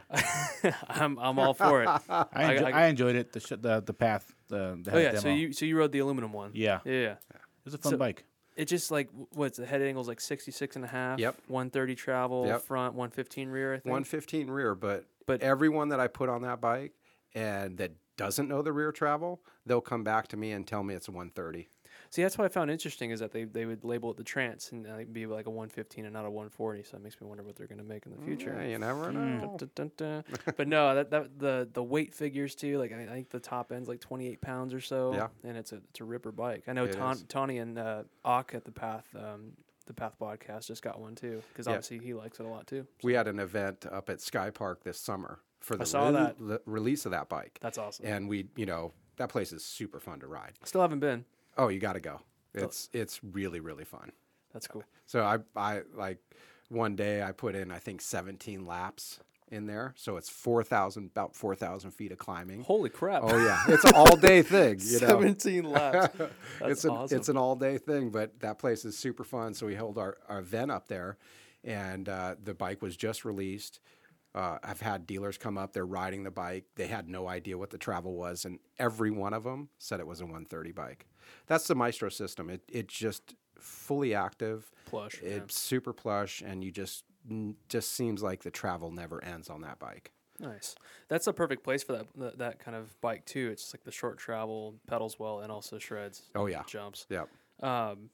pl- I'm, I'm
*laughs*
all for it. oh,
I, enjo-
I- Oh,
I enjoyed it. The sh- the, the path. The, the
yeah.
demo.
So you, so you rode the aluminum one.
Yeah.
Yeah. yeah.
it was a fun
so-
bike.
It just like, w- what's the head angle's like 66 and a half,
Yep.
130 travel,
Yep.
front, 115 rear, I think.
115 rear, but
But-
but everyone that I put on that bike and that doesn't know the rear travel, they'll come back to me and tell me it's a 130.
See, that's what I found interesting is that they, they would label it the trance and uh, it'd be like a 115 and not a 140. So it makes me wonder what they're going to make in the future.
Yeah, Eh, you
Hmm.
never know.
Dun, dun, dun. but no, that, that the the weight figures too. Like I I think the top end's like 28 pounds or so.
Yeah.
and it's a it's a ripper bike. I know
It
Ton,
is.
Tony and uh, Ock at the Path um, the Path podcast just got one too because
Yeah.
obviously he likes it a lot too.
We had an event up at Sky Park this summer for the
saw that.
le- release of that bike.
That's awesome.
and we, you know, that place is super fun to ride.
Still haven't been.
Oh, you got to go. It's it's really really fun.
That's cool.
So I I like one day I put in I think 17 laps in there. So it's 4,000 about 4,000 feet of climbing.
Holy crap! *laughs*
Oh yeah, it's an all day thing. You know, *laughs*
17 laps. That's
it's an
awesome.
it's an all day thing. But that place is super fun. So we held our, our event up there, and uh, the bike was just released. Uh, I've had dealers come up. They're riding the bike. They had no idea what the travel was, and every one of them said it was a 130 bike. That's the Maestro system. It it's just fully active,
Plush,
It's
yeah.
super plush, and you just n- just seems like the travel never ends on that bike.
nice. That's the perfect place for that, that that kind of bike too. It's just like the short travel pedals well and also shreds.
Oh, yeah.
jumps.
Yep.
Um,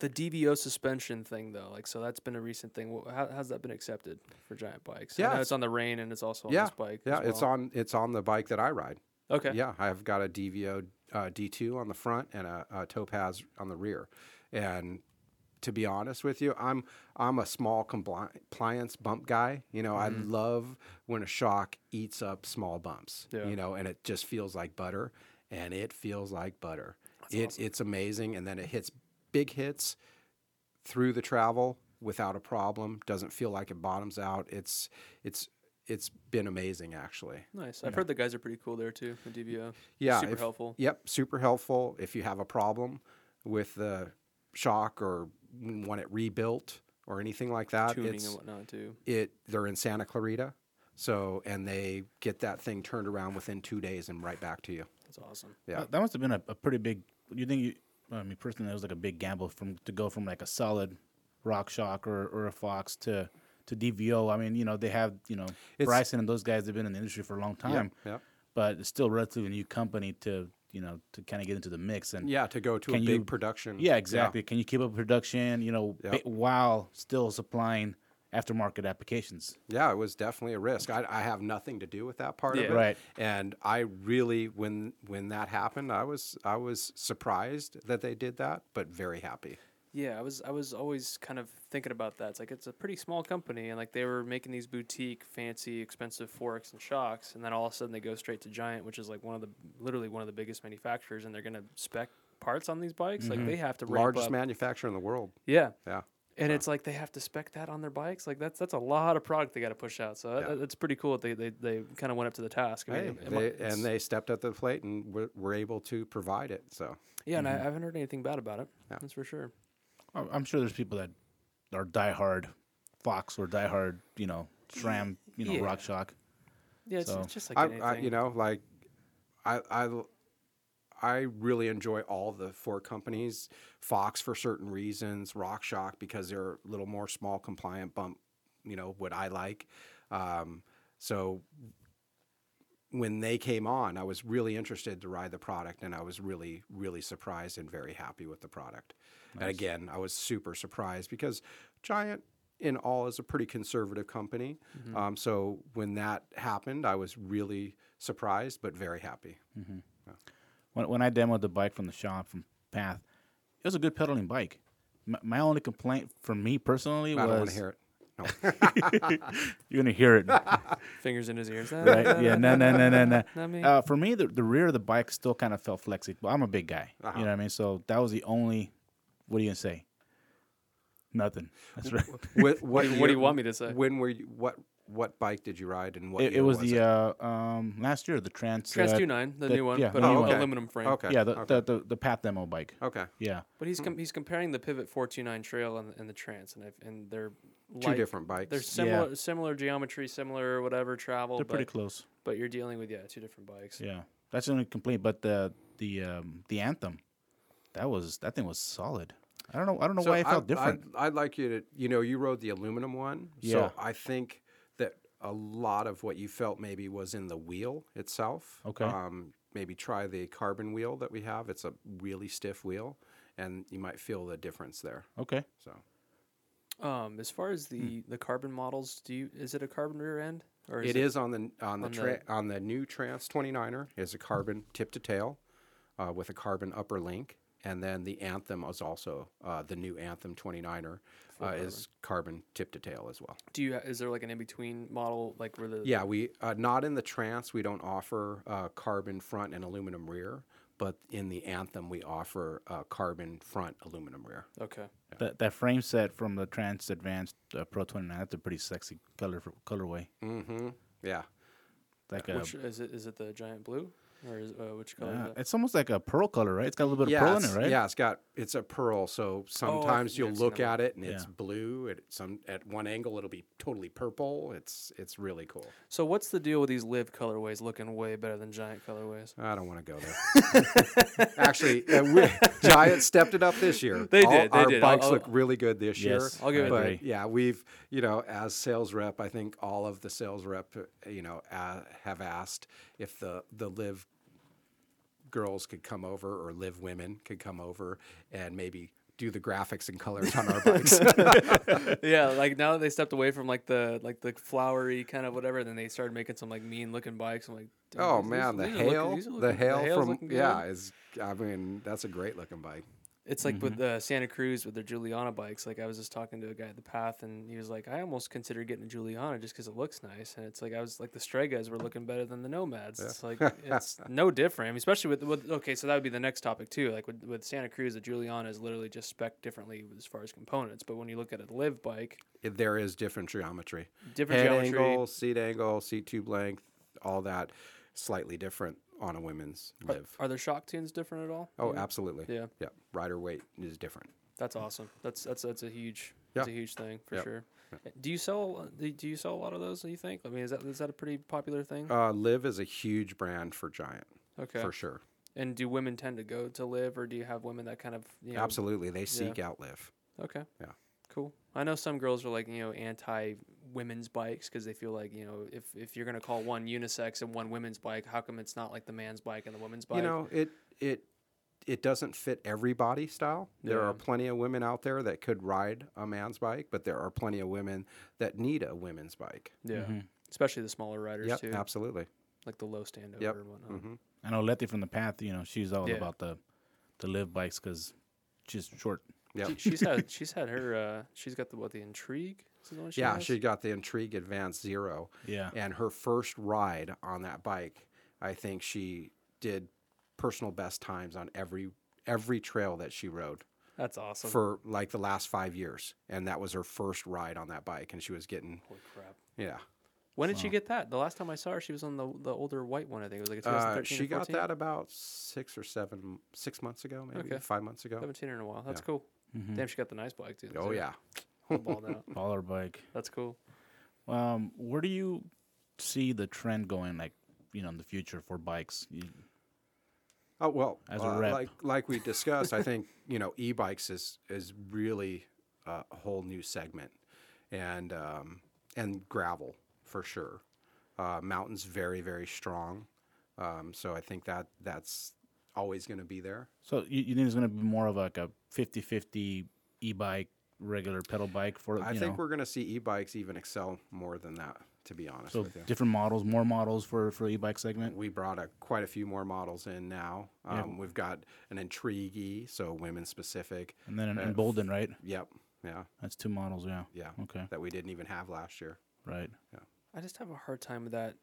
the DVO suspension thing, though, like so, that's been a recent thing. Wh- How, how's that been accepted for giant bikes? I
Yeah,
know
it's-
it's on the rain and it's also on
yeah.
this bike.
yeah.
as
It's
well.
on it's on the bike that I ride.
Okay.
Yeah, I've got a DVO uh, D2 on the front and a, a Topaz on the rear. And to be honest with you, I'm I'm a small compli- compliance bump guy. You know, I
Mm-hmm.
love when a shock eats up small bumps.
Yeah.
You know, and it just feels like butter, and it feels like butter. It, It's amazing, and then it hits big hits through the travel without a problem. Doesn't feel like it bottoms out. It's it's it's been amazing actually.
Nice. I've heard the guys are pretty cool there too. The DVO.
Yeah,
Super
if-
helpful.
Yep, super helpful. If you have a problem with the shock or want it rebuilt or anything like that,
Tuning
it's,
and whatnot too.
it they're in Santa Clarita, so and they get that thing turned around within two days and right back to you.
That's awesome.
Yeah.
That, that must have been a, a pretty big. You think you? I mean, personally, that was like a big gamble from to go from like a solid rock shock or, or a fox to to DVO. I mean, you know, they have you know Bryson and those guys. They've been in the industry for a long time,
yep.
but it's still relatively new company to you know to kind of get into the mix and
Yeah, to go to
Can
a
you-
big production.
yeah, exactly. Can you keep up with production? You know,
Yeah.
ba- while still supplying aftermarket applications.
Yeah, it was definitely a risk. I, I have nothing to do with that part of
Yeah.
it.
Right.
And I really, when when that happened, I was I was surprised that they did that, but very happy.
Yeah, I was I was always kind of thinking about that. It's like it's a pretty small company, and like they were making these boutique, fancy, expensive forks and shocks, and then all of a sudden they go straight to Giant, which is like one of the literally one of the biggest manufacturers, and they're gonna spec parts on these bikes. Like they have to ramp
Mm-hmm. Largest
up.
manufacturer in the world.
Yeah,
Yeah.
and it's like they have to spec that on their bikes. Like that's that's a lot of product they got to push out. So uh, that, that's pretty cool. That they they, they kind of went up to the task. I
Hey,
mean, am I-
they,
it's-
and they stepped up to the plate and were, were able to provide it. So
yeah,
Mm-hmm.
and I, I haven't heard anything bad about it. That's for sure.
I- I'm sure there's people that are diehard Fox or diehard, you know, SRAM, you know,
Yeah.
Rock Shock.
Yeah, it's,
So-
it's just like
I,
anything.
I, you know, like I, I, I really enjoy all the four companies. Fox for certain reasons, RockShox because they're a little more small compliant bump, you know, what I like. Um, so when they came on, I was really interested to ride the product and I was really, really surprised and very happy with the product. And again, I was super surprised because Giant in all is a pretty conservative company. Um, so when that happened, I was really surprised but very happy.
When, when I demoed the bike from the shop from Path, it was a good pedaling bike. My, my only complaint for me personally
I
was
don't want to hear it. No.
you're gonna hear it,
Fingers in his
*laughs*
ears. Eh,
right? yeah, no, no, no, no, no.
Not me.
Uh, for me, the, the rear of the bike still kind of felt flexy. But I'm a big guy,
Uh-huh.
you know what I mean. So that was the only. What do you gonna say? Nothing. That's right.
what,
What do you- what do you want me to say?
When were you, what what bike did you ride and what
It, it
year
was, the
it?
Uh, um, last year the Trans
Trans
uh,
29, the,
the-
new one,
yeah,
but
the
on
new one.
aluminum frame.
okay Hmm.
yeah the,
okay.
the, the the Path demo bike.
okay
Yeah,
But he's com- he's comparing the Pivot 429 Trail and, and the Trance, and I've, and they're
two
like-
different bikes
They're similar similar geometry, similar whatever travel.
they're pretty
but,
close.
But you're dealing with yeah two different bikes.
Yeah, that's the only complaint. But the the um, the anthem, that was that thing was solid. I don't know. I don't know why it felt
I,
different.
I'd, I'd like you to, you know, you rode the aluminum one.
Yeah.
So I think that a lot of what you felt maybe was in the wheel itself.
Okay.
Um, maybe try the carbon wheel that we have. It's a really stiff wheel, and you might feel the difference there.
okay.
So
Um, as far
Hmm.
as the the carbon models, do you is it a carbon rear end or is
it is on the on the
on
tra- on the new Trans 29er is a carbon tip to tail, uh, with a carbon upper link, and then the Anthem is also uh, the new Anthem 29er uh, is carbon tip to tail as well.
Do you is there like an in between model like where the
Yeah, we uh, not in the Trance. We don't offer uh, carbon front and aluminum rear, but in the Anthem we offer uh, carbon front aluminum rear.
okay
That that frame set from the Trans Advanced uh, Pro 29. That's a pretty sexy color for, colorway.
Mm-hmm. Yeah,
Like a,
which is it is it the giant blue or is uh, which color
uh,
is that?
it's almost like a pearl color, right? It's got a little bit
yeah,
of pearl in
it's-
it, right?
yeah. It's got it's a pearl, so sometimes
I've- yeah,
you'll
I've seen
look at
that
it and it's
Yeah.
blue. At some at one angle it'll be totally purple. It's it's really cool.
So what's the deal with these live colorways looking way better than
*laughs*
giant colorways?
I don't want to go there. *laughs* Actually, uh, we, Giant stepped it up this year.
They
All-
did, they
our
did.
bikes
I'll-
look really good this year.
Yes, I'll give
it-
But
agree.
yeah, we've you know as sales rep, I think all of the sales rep uh, you know uh, have asked if the the live girls could come over or live women could come over and maybe do the graphics and colors on our
*laughs*
bikes.
yeah, like now that they stepped away from like the like the flowery kind of whatever, then they started making some like mean looking bikes. I'm like, dude,
oh
these-
man, the
these- these are looking-
hail,
these are
the
looking-
hail
hail's
from
looking good.
yeah is I mean that's a great looking bike.
It's like
Mm-hmm.
with uh, Santa Cruz with their Juliana bikes. Like I was just talking to a guy at the path, and he was like, "I almost consider getting a Juliana just because it looks nice." And it's like I was like, the Stray guys were looking better than the Nomads.
*laughs*
It's like it's no different, I mean, especially with, with okay. So that would be the next topic too. Like with, with Santa Cruz, the Juliana is literally just spec differently as far as components. But when you look at a live bike,
it- there is different geometry.
Different
Head
geometry.
angle, seat angle, seat tube length, all that slightly different on a women's live.
are their shock tunes different at all?
Oh, absolutely.
Yeah.
Yeah. Rider weight is different.
That's awesome. That's that's that's a huge
Yeah.
that's a huge thing for
Yeah.
sure. Do you sell do do you sell a lot of those? Do you think? I mean, is that is that a pretty popular thing?
Uh, live is a huge brand for Giant.
Okay.
For sure.
And do women tend to go to live, or do you have women that kind of you know,
Absolutely. They seek out live.
Okay.
Yeah.
Cool. I know some girls are like you know anti women's bikes because they feel like you know if if you're gonna call one unisex and one women's bike, how come it's not like the man's bike and the woman's bike?
You know, it it it doesn't fit every body style. There
Yeah.
are plenty of women out there that could ride a man's bike, but there are plenty of women that need a women's bike.
yeah. Especially the smaller riders
Yep,
too,
absolutely.
like the low standover
Yep. Mm-hmm.
and whatnot.
I know Letty from the Path. You know, she's all
Yeah.
about the the live bikes because she's short.
Yep.
She- she's had she's had her uh, she's got the what the intrigue. Is that the one she
yeah,
has?
she got the Intrigue Advance Zero.
Yeah.
And her first ride on that bike, I think she did personal best times on every every trail that she rode
That's awesome.
for like the last five years. And that was her first ride on that bike. And she was getting,
Holy crap.
yeah.
When did she get that? The last time I saw her, she was on the the older white one. I think it was like a
Uh,
2013 or
she got
14?
that about six or seven, six months ago, maybe
Okay.
five months ago.
Haven't seen her in a while. That's cool. Damn, she got the nice bike too.
Oh,
too.
yeah.
All balled out.
Baller bike.
*laughs* That's cool.
Um, where do you see the trend going? Like, you know, in the future for bikes, you,
Oh well,
As a rep.
like like we discussed, I think *laughs* you know e-bikes is is really uh, a whole new segment, and um, and gravel for sure. Uh, mountains very very strong, um, so I think that that's always going to be there.
So you, you think it's going to be more of like a 50-50 e-bike, regular pedal bike for
I
you
think
know,
we're going to see e-bikes even excel more than that. To be honest
so
with you,
different models, more models for for e-bike segment.
we brought a, quite a few more models in now. Um, We've got an intrigue, so women specific.
And then in, in Bolden, right?
Yep. Yeah.
That's two models, yeah.
Yeah.
Okay.
That we didn't even have last year.
Right.
I just have a hard time with that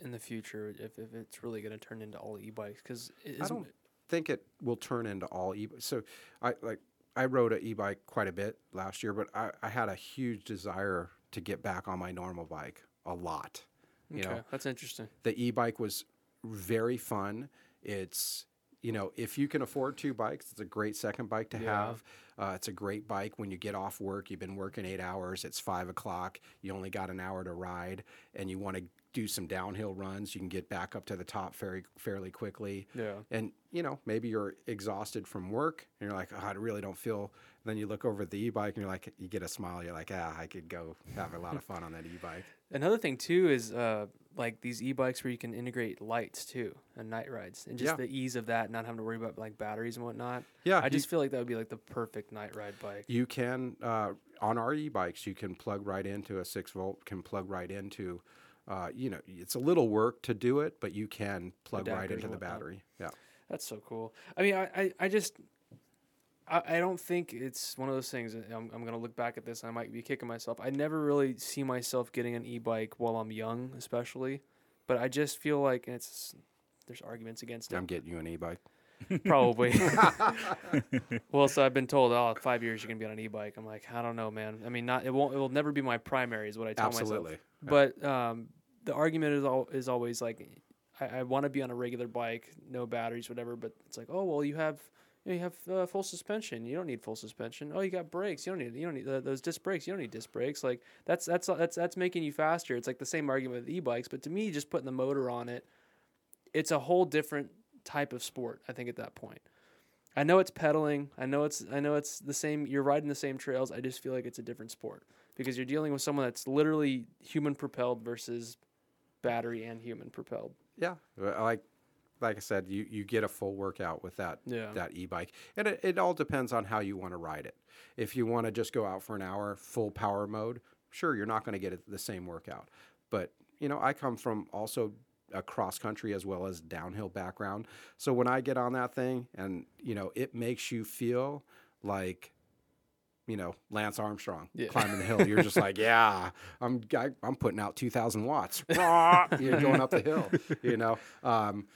in the future if, if it's really going to turn into all e-bikes because
I don't think it will turn into all e. So I like I rode an e-bike quite a bit last year, but I, I had a huge desire to get back on my normal bike a lot. You
okay,
know,
that's interesting.
the e-bike was very fun. It's you know, if you can afford two bikes, it's a great second bike to
Yeah.
have. Uh, it's a great bike when you get off work. You've been working eight hours. It's five o'clock. You only got an hour to ride, and you want to do some downhill runs. You can get back up to the top very fairly quickly.
Yeah.
And you know, maybe you're exhausted from work, and you're like, oh, I really don't feel. Then you look over at the e-bike, and you're like, you get a smile. You're like, ah, I could go have a lot of fun on that e-bike.
Another thing too is uh, like these e-bikes where you can integrate lights too and night rides, and just
Yeah.
the ease of that, not having to worry about like batteries and whatnot.
Yeah,
I
you-
just feel like that would be like the perfect night ride bike.
You can uh, on our e-bikes, you can plug right into a six volt. Can plug right into, uh, you know, it's a little work to do it, but you can plug right into
Adapters and
the
whatnot.
battery. Yeah,
That's so cool. I mean, I, I, I just, I, I don't think it's one of those things. and I'm, I'm going to look back at this and I might be kicking myself. I never really see myself getting an e bike while I'm young, especially. But I just feel like, and it's, there's arguments against
I'm
it.
getting you an e-bike.
*laughs* Probably. well, so I've been told, oh, in five years you're gonna be on an e-bike. I'm like, I don't know, man. I mean, not it won't. It will never be my primary, is what I tell
Absolutely.
myself. But um, the argument is all is always like, I, I want to be on a regular bike, no batteries, whatever. But it's like, oh well, you have. You, know, you have uh, full suspension. You don't need full suspension. Oh, you got brakes. You don't need. You don't need uh, those disc brakes. You don't need disc brakes. Like that's that's that's that's making you faster. It's like the same argument with e-bikes. But to me, just putting the motor on it it's a whole different type of sport i think at that point i know it's pedaling i know it's i know it's the same you're riding the same trails i just feel like it's a different sport because you're dealing with someone that's literally human propelled versus battery and human propelled
Yeah, Uh, like like I said, you you get a full workout with that
Yeah.
that e-bike, and it, it all depends on how you want to ride it. If you want to just go out for an hour full power mode, sure, you're not going to get it- the same workout. But you know, I come from also a cross country as well as downhill background, so when I get on that thing, and you know, it makes you feel like. You know, Lance Armstrong
Yeah.
climbing the hill. You're just like, yeah, I'm I, I'm putting out 2,000 watts. *laughs* Rah! You're going up the hill. You know, um,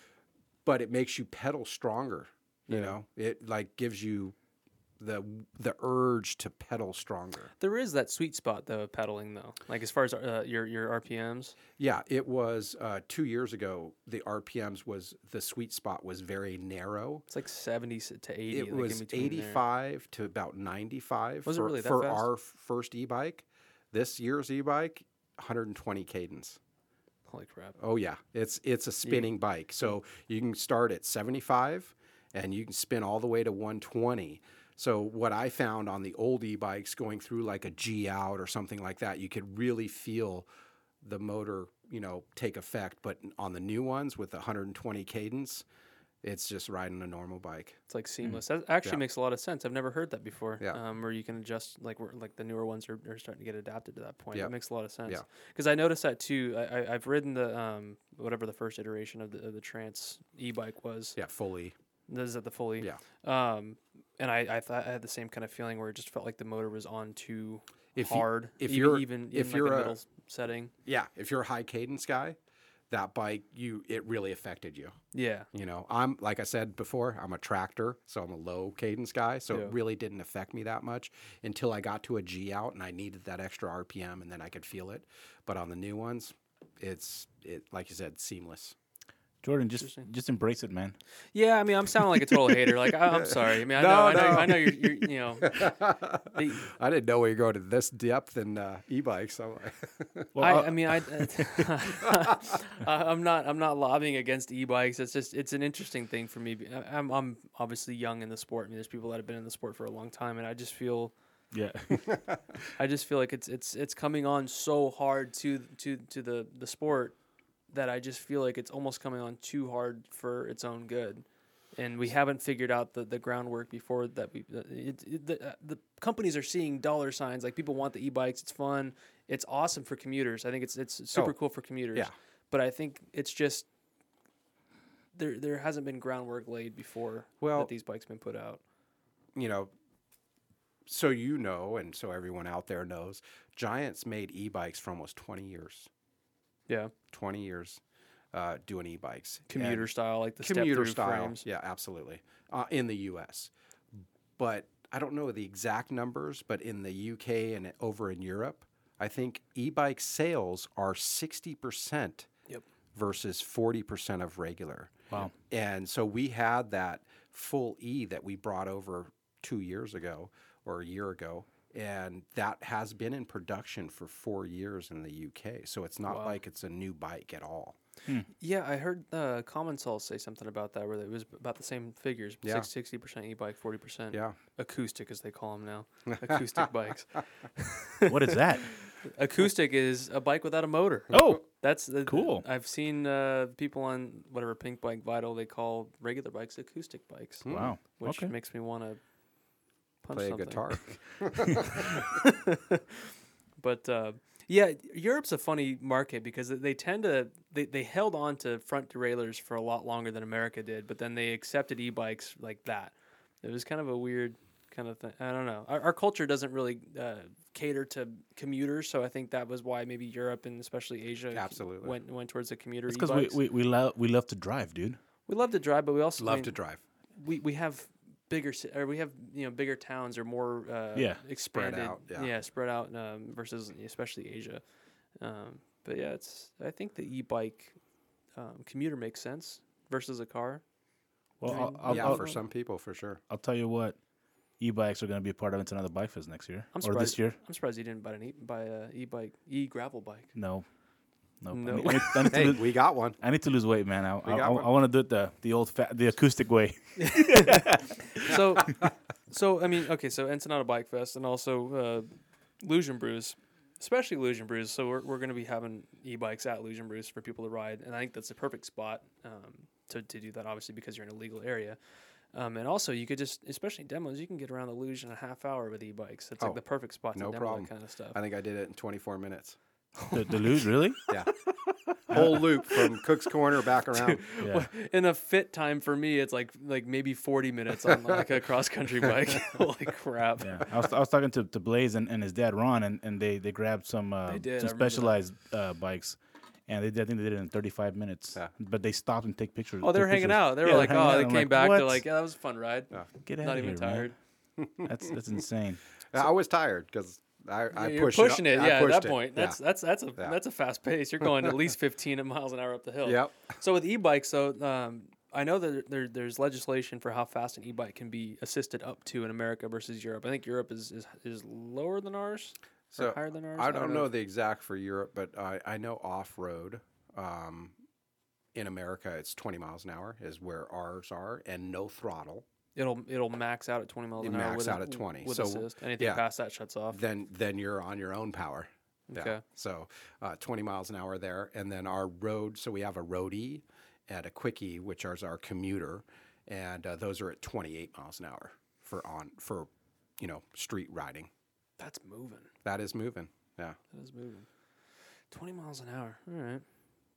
but it makes you pedal stronger. You know, it like gives you the the urge to pedal stronger.
there is that sweet spot though of pedaling though like as far as uh, your your rpms
Yeah, it was uh, two years ago. The RPMs was the sweet spot was very narrow.
it's like 70 s- to 80 like
It
in
was
between there.
85 to about 95
Was it
for,
really that
for
fast?
our first e-bike. This year's e-bike, 120 cadence.
holy crap
Oh yeah, it's it's a spinning bike. So you can start at 75 and you can spin all the way to 120. So what I found on the old e-bikes going through like a G out or something like that, you could really feel the motor, you know, take effect, but on the new ones with the 120 cadence, it's just riding a normal bike.
It's like seamless. That actually makes a lot of sense. I've never heard that before.
Mm. Yeah.
Um, where you can adjust, like where, like the newer ones are, are starting to get adapted to that point.
Yeah.
That makes a lot of sense.
Yeah.
Because I noticed that too. I, I, I've ridden the um, whatever the first iteration of the, of the Trance e-bike was.
Yeah, fully.
This is at the fully.
Yeah.
Um, and I, I thought I had the same kind of feeling where it just felt like the motor was on too
If you-
hard.
if
even,
you're-
even
if
in,
you're
like
a-
the middle s- setting.
Yeah, if you're a high cadence guy, that bike you it really affected you.
Yeah.
You know, I'm like I said before, I'm a tractor, so I'm a low cadence guy, so
Yeah.
it really didn't affect me that much until I got to a G out and I needed that extra RPM, and then I could feel it. But on the new ones, it's it like you said, seamless.
Jordan, just just embrace it, man.
Yeah, I mean, I'm sounding like a total hater. Like,
*laughs*
I, I'm sorry. I mean, I
No,
know, I
no.
know, I know you're, you're,
*laughs*
you know, the,
I didn't know we were going to this depth in uh, e-bikes. I'm *laughs* like,
I, I mean, I, uh, *laughs* I, I'm not, I'm not lobbying against e-bikes. It's just, it's an interesting thing for me. I- I'm, I'm obviously young in the sport. I mean, there's people that have been in the sport for a long time, and I just feel,
*laughs*
Yeah.
I just feel like it's, it's, it's coming on so hard to, to, to the, the sport that I just feel like it's almost coming on too hard for its own good. And we haven't figured out the, the groundwork before that we that it, it, the, uh, the companies are seeing dollar signs like people want the e-bikes it's fun it's awesome for commuters I think it's it's super
Oh,
cool for commuters
yeah.
but I think it's just there there hasn't been groundwork laid before
Well-
that these bikes been put out
you know, so you know, and so everyone out there knows, Giants made e-bikes for almost 20 years.
yeah
20 years uh, doing e-bikes. And
commuter style like the
commuter
step-through
style.
frames
Yeah, absolutely. Uh, in the U.S., but I don't know the exact numbers, but in the U.K. and over in Europe, I think e-bike sales are 60 percent
Yep.
versus 40 percent of regular.
Wow.
And so we had that full E that we brought over two years ago or a year ago. And that has been in production for four years in the UK. So it's not like it's a new bike at all.
Yeah, I heard uh, Common Sol say something about that, where it was about the same figures:
Yeah.
sixty percent e-bike, forty percent
Yeah.
acoustic, as they call
*laughs*
them now. acoustic bikes.
what is that?
Acoustic is a bike without a motor.
Oh,
That's the,
Cool.
I've seen uh, people on whatever Pink Bike Vital they call regular bikes acoustic bikes,
hmm,
wow.
which
okay.
makes me want to punch
Play a
something. *laughs*
guitar.
But uh, yeah, Europe's a funny market because they tend to they, they held on to front derailleurs for a lot longer than America did, but then they accepted e-bikes like that. It was kind of a weird kind of thing. I don't know. Our, our culture doesn't really uh, cater to commuters, so I think that was why maybe Europe and especially Asia
Absolutely.
went went towards the commuter.
It's because we,
e-bikes.
we, we, love, we love to drive, dude.
We love to drive, but we also I
Love
mean,
to drive.
we we have bigger ci- or we have you know bigger towns or more uh,
Yeah.
expanded
out, yeah.
spread out um, versus especially Asia. Um, but yeah, it's I think the e-bike um, commuter makes sense versus a car.
Well, I'll, I'll,
yeah,
I'll,
for some people, for sure.
I'll tell you what. E-bikes are going to be a part of It's Another Bike Fest next year.
I'm
or
surprised.
this year.
I'm surprised you didn't buy an e buy a e-bike e gravel bike.
No. Nope.
No.
*laughs*
I need, I need- I need to
Hey,
lose-
we got one.
I need to lose weight, man. I, I,
got
I,
one.
want to do it the, the old, fa- the acoustic
*laughs*
way.
*laughs*
So so I mean okay, so Ensenada Bike Fest and also uh, Lusion Brews. Especially Lusion Brews, so we're, we're going to be having e-bikes at Lusion Brews for people to ride, and I think that's the perfect spot um, to, to do that. Obviously, because you're in a legal area, Um, and also, you could just, especially demos, you can get around the luge in a half hour with e-bikes. That's
Oh,
like the perfect spot to
no
demo
problem.
that kind of stuff.
I think I did it in 24 minutes.
the, the luge, really?
*laughs*
Yeah. Whole loop from Cook's Corner back around.
Yeah.
*laughs* in a fit time for me, it's like like maybe forty minutes on like a cross
*laughs*
country bike. *laughs* Holy crap!
Yeah, I was, I was talking to, to Blaze and, and his dad Ron, and, and they, they grabbed some
did,
uh, some
I remember that.
specialized uh, bikes, and they did, I think they did it in 35 minutes.
Yeah.
But they stopped and take pictures.
Oh, they
took
were hanging
pictures.
out. They were
Yeah,
like,
hanging out.
oh, they
I'm
came back. They're
"What?
like, yeah, that was a fun ride.
Get
Not
outta
even
here, man."
tired. *laughs*
That's that's insane.
I was tired because I, I
You're
pushed
pushing it.
I
yeah, at
pushed
that point,
Yeah.
that's that's that's a that's a fast pace. You're going at least *laughs* 15 miles an hour up the hill.
Yep.
So with e-bikes, though, um, I know that there, there's legislation for how fast an e-bike can be assisted up to in America versus Europe. I think Europe is is, is lower than ours. or higher than ours.
I don't, know,
if-
the exact for Europe, but I, I know off road um, in America, it's 20 miles an hour is where ours are, and no throttle.
It'll it'll max out at 20 miles
It
an hour.
max
with
out
a-
at 20.
With
So,
assist. anything
yeah.
past that shuts off.
Then then you're on your own power. Yeah.
Okay.
So uh, 20 miles an hour there, and then our road. So we have a roadie and a quickie, which is our commuter, and uh, those are at 28 miles an hour for on for you know street riding.
That's moving.
That is moving. Yeah.
That is moving. 20 miles an hour. All right.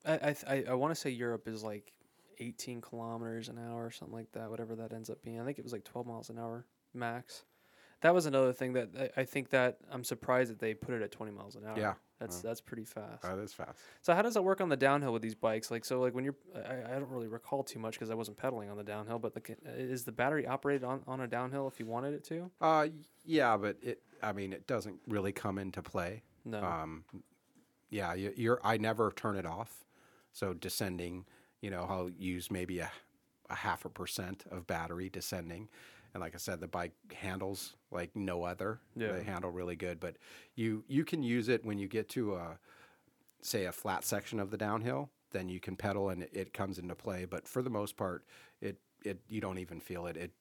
I I th- I, I want to say Europe is like 18 kilometers an hour or something like that. Whatever that ends up being. I think it was like 12 miles an hour max. That was another thing that I, I think that I'm surprised that they put it at 20 miles an hour.
Yeah.
That's that's pretty fast.
That is fast.
So how does that work on the downhill with these bikes? Like so, like when you're, I, I don't really recall too much because I wasn't pedaling on the downhill. But like, uh, is the battery operated on, on a downhill if you wanted it to?
Uh, yeah, but it. I mean, it doesn't really come into play.
No.
Uh, Um, yeah, you, you're. I never turn it off. So descending, You know, I'll use maybe a, a half a percent of battery descending. And like I said, the bike handles like no other.
Yeah.
They handle really good, but you you can use it when you get to a say a flat section of the downhill, then you can pedal and it comes into play. But for the most part, it it you don't even feel it. It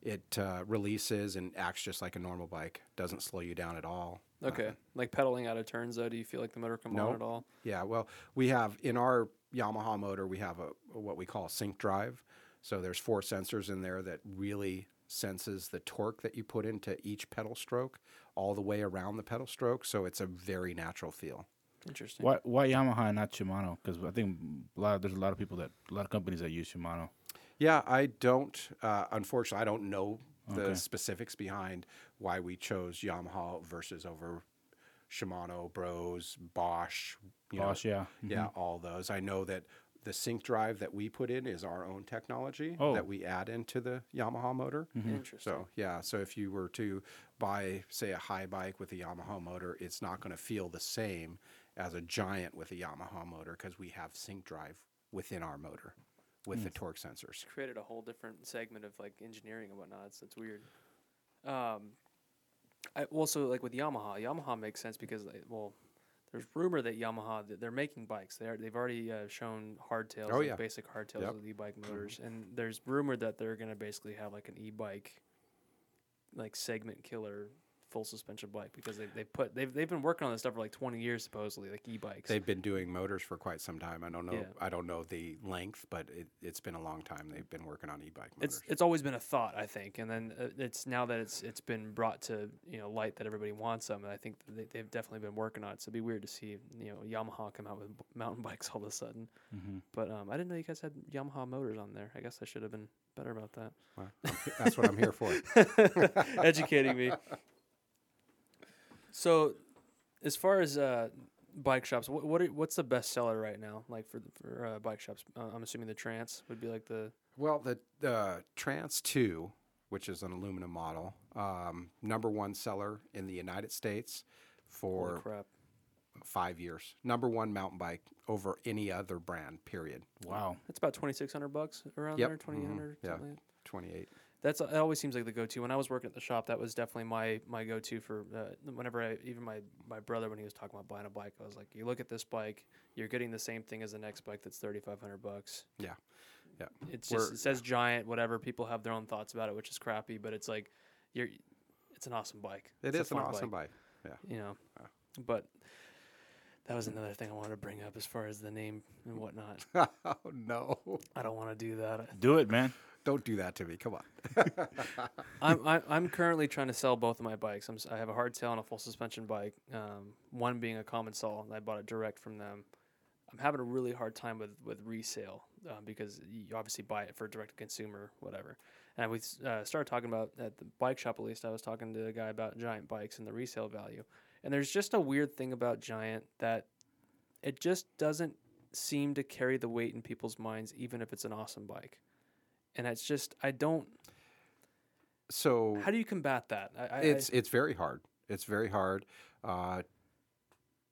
it uh, releases and acts just like a normal bike. Doesn't slow you down at all.
Okay. Like pedaling out of turns though, do you feel like the motor come on
uh, Nope.
at all?
Yeah, well, we have in our Yamaha motor, we have a what we call a sync drive. So there's four sensors in there that really senses the torque that you put into each pedal stroke all the way around the pedal stroke. So it's a very natural feel.
Interesting.
Why why Yamaha and not Shimano? Because I think a lot there's a lot of people that a lot of companies that use Shimano.
Yeah, I don't. Uh, unfortunately, I don't know the specifics behind why we chose Yamaha versus over Shimano, Bros, Bosch. You know,
Bosch, yeah.
yeah, all those. I know that the sync drive that we put in is our own technology
Oh.
that we add into the Yamaha motor.
Interesting.
So yeah, so if you were to buy, say, a high bike with a Yamaha motor, it's not going to feel the same as a giant with a Yamaha motor because we have sync drive within our motor with the torque sensors.
created a whole different segment of like engineering and whatnot. It's, it's weird. Um, I also like with Yamaha. Yamaha makes sense because like, well, there's rumor that Yamaha that they're making bikes. They are, they've already uh, shown hardtails,
Oh,
like
yeah.
basic
Yep.
hardtails
Mm-hmm.
with e-bike motors, and there's rumor that they're gonna basically have like an e-bike, like segment killer full suspension bike because they they put they've they've been working on this stuff for like 20 years supposedly like e-bikes.
They've been doing motors for quite some time. I don't know.
Yeah.
I don't know the length, but it, it's been a long time. They've been working on e-bike motors.
it's it's always been a thought, I think, and then uh, it's now that it's it's been brought to you know light that everybody wants them, and I think that they, they've definitely been working on it. So it'd be weird to see you know Yamaha come out with b- mountain *laughs* bikes all of a sudden. But um, I didn't know you guys had Yamaha motors on there. I guess I should have been better about that.
Wow. That's what I'm here for.
*laughs* Educating me. So, as far as uh, bike shops, what what are, what's the best seller right now? Like for for uh, bike shops, uh, I'm assuming the Trance would be like the
Well, the the Trans Two, which is an aluminum model, um, number one seller in the United States
holy
for
crap.
five years. Number one mountain bike over any other brand. Period.
Wow.
That's about twenty six hundred bucks around
Yep. Mm-hmm.
there, twenty eight hundred.
Yeah, twenty eight.
That's uh, that always seems like the go-to. When I was working at the shop, that was definitely my my go-to for uh, whenever I even my my brother when he was talking about buying a bike, I was like, you look at this bike, you're getting the same thing as the next bike that's thirty five hundred bucks.
Yeah, yeah.
It's
We're-
just it says giant, whatever. People have their own thoughts about it, which is crappy, but it's like you're it's an awesome bike.
It
a
is an
fun
awesome bike. Yeah.
You know, but. That was another thing I wanted to bring up as far as the name and
*laughs*
whatnot. *laughs*
Oh no!
I don't want to do that.
Do it, man.
Don't do that to me. Come on.
I'm, I- I'm currently trying to sell both of my bikes. I'm, s- I have a hardtail and a full suspension bike. Um, one being a common saw, and I bought it direct from them. I'm having a really hard time with with resale um, because you obviously buy it for direct to consumer, whatever. And we s- uh, started talking about at the bike shop. At least I was talking to a guy about giant bikes and the resale value. And there's just a weird thing about giant that it just doesn't seem to carry the weight in people's minds, even if it's an awesome bike. And it's just I don't.
So
How do you combat that? I, I,
it's it's very hard. It's very hard. Uh,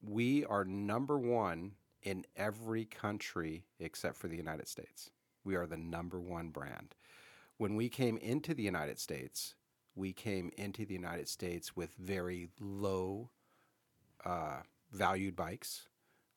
we are number one in every country except for the United States. We are the number one brand. When we came into the United States, we came into the United States with very low uh, valued bikes,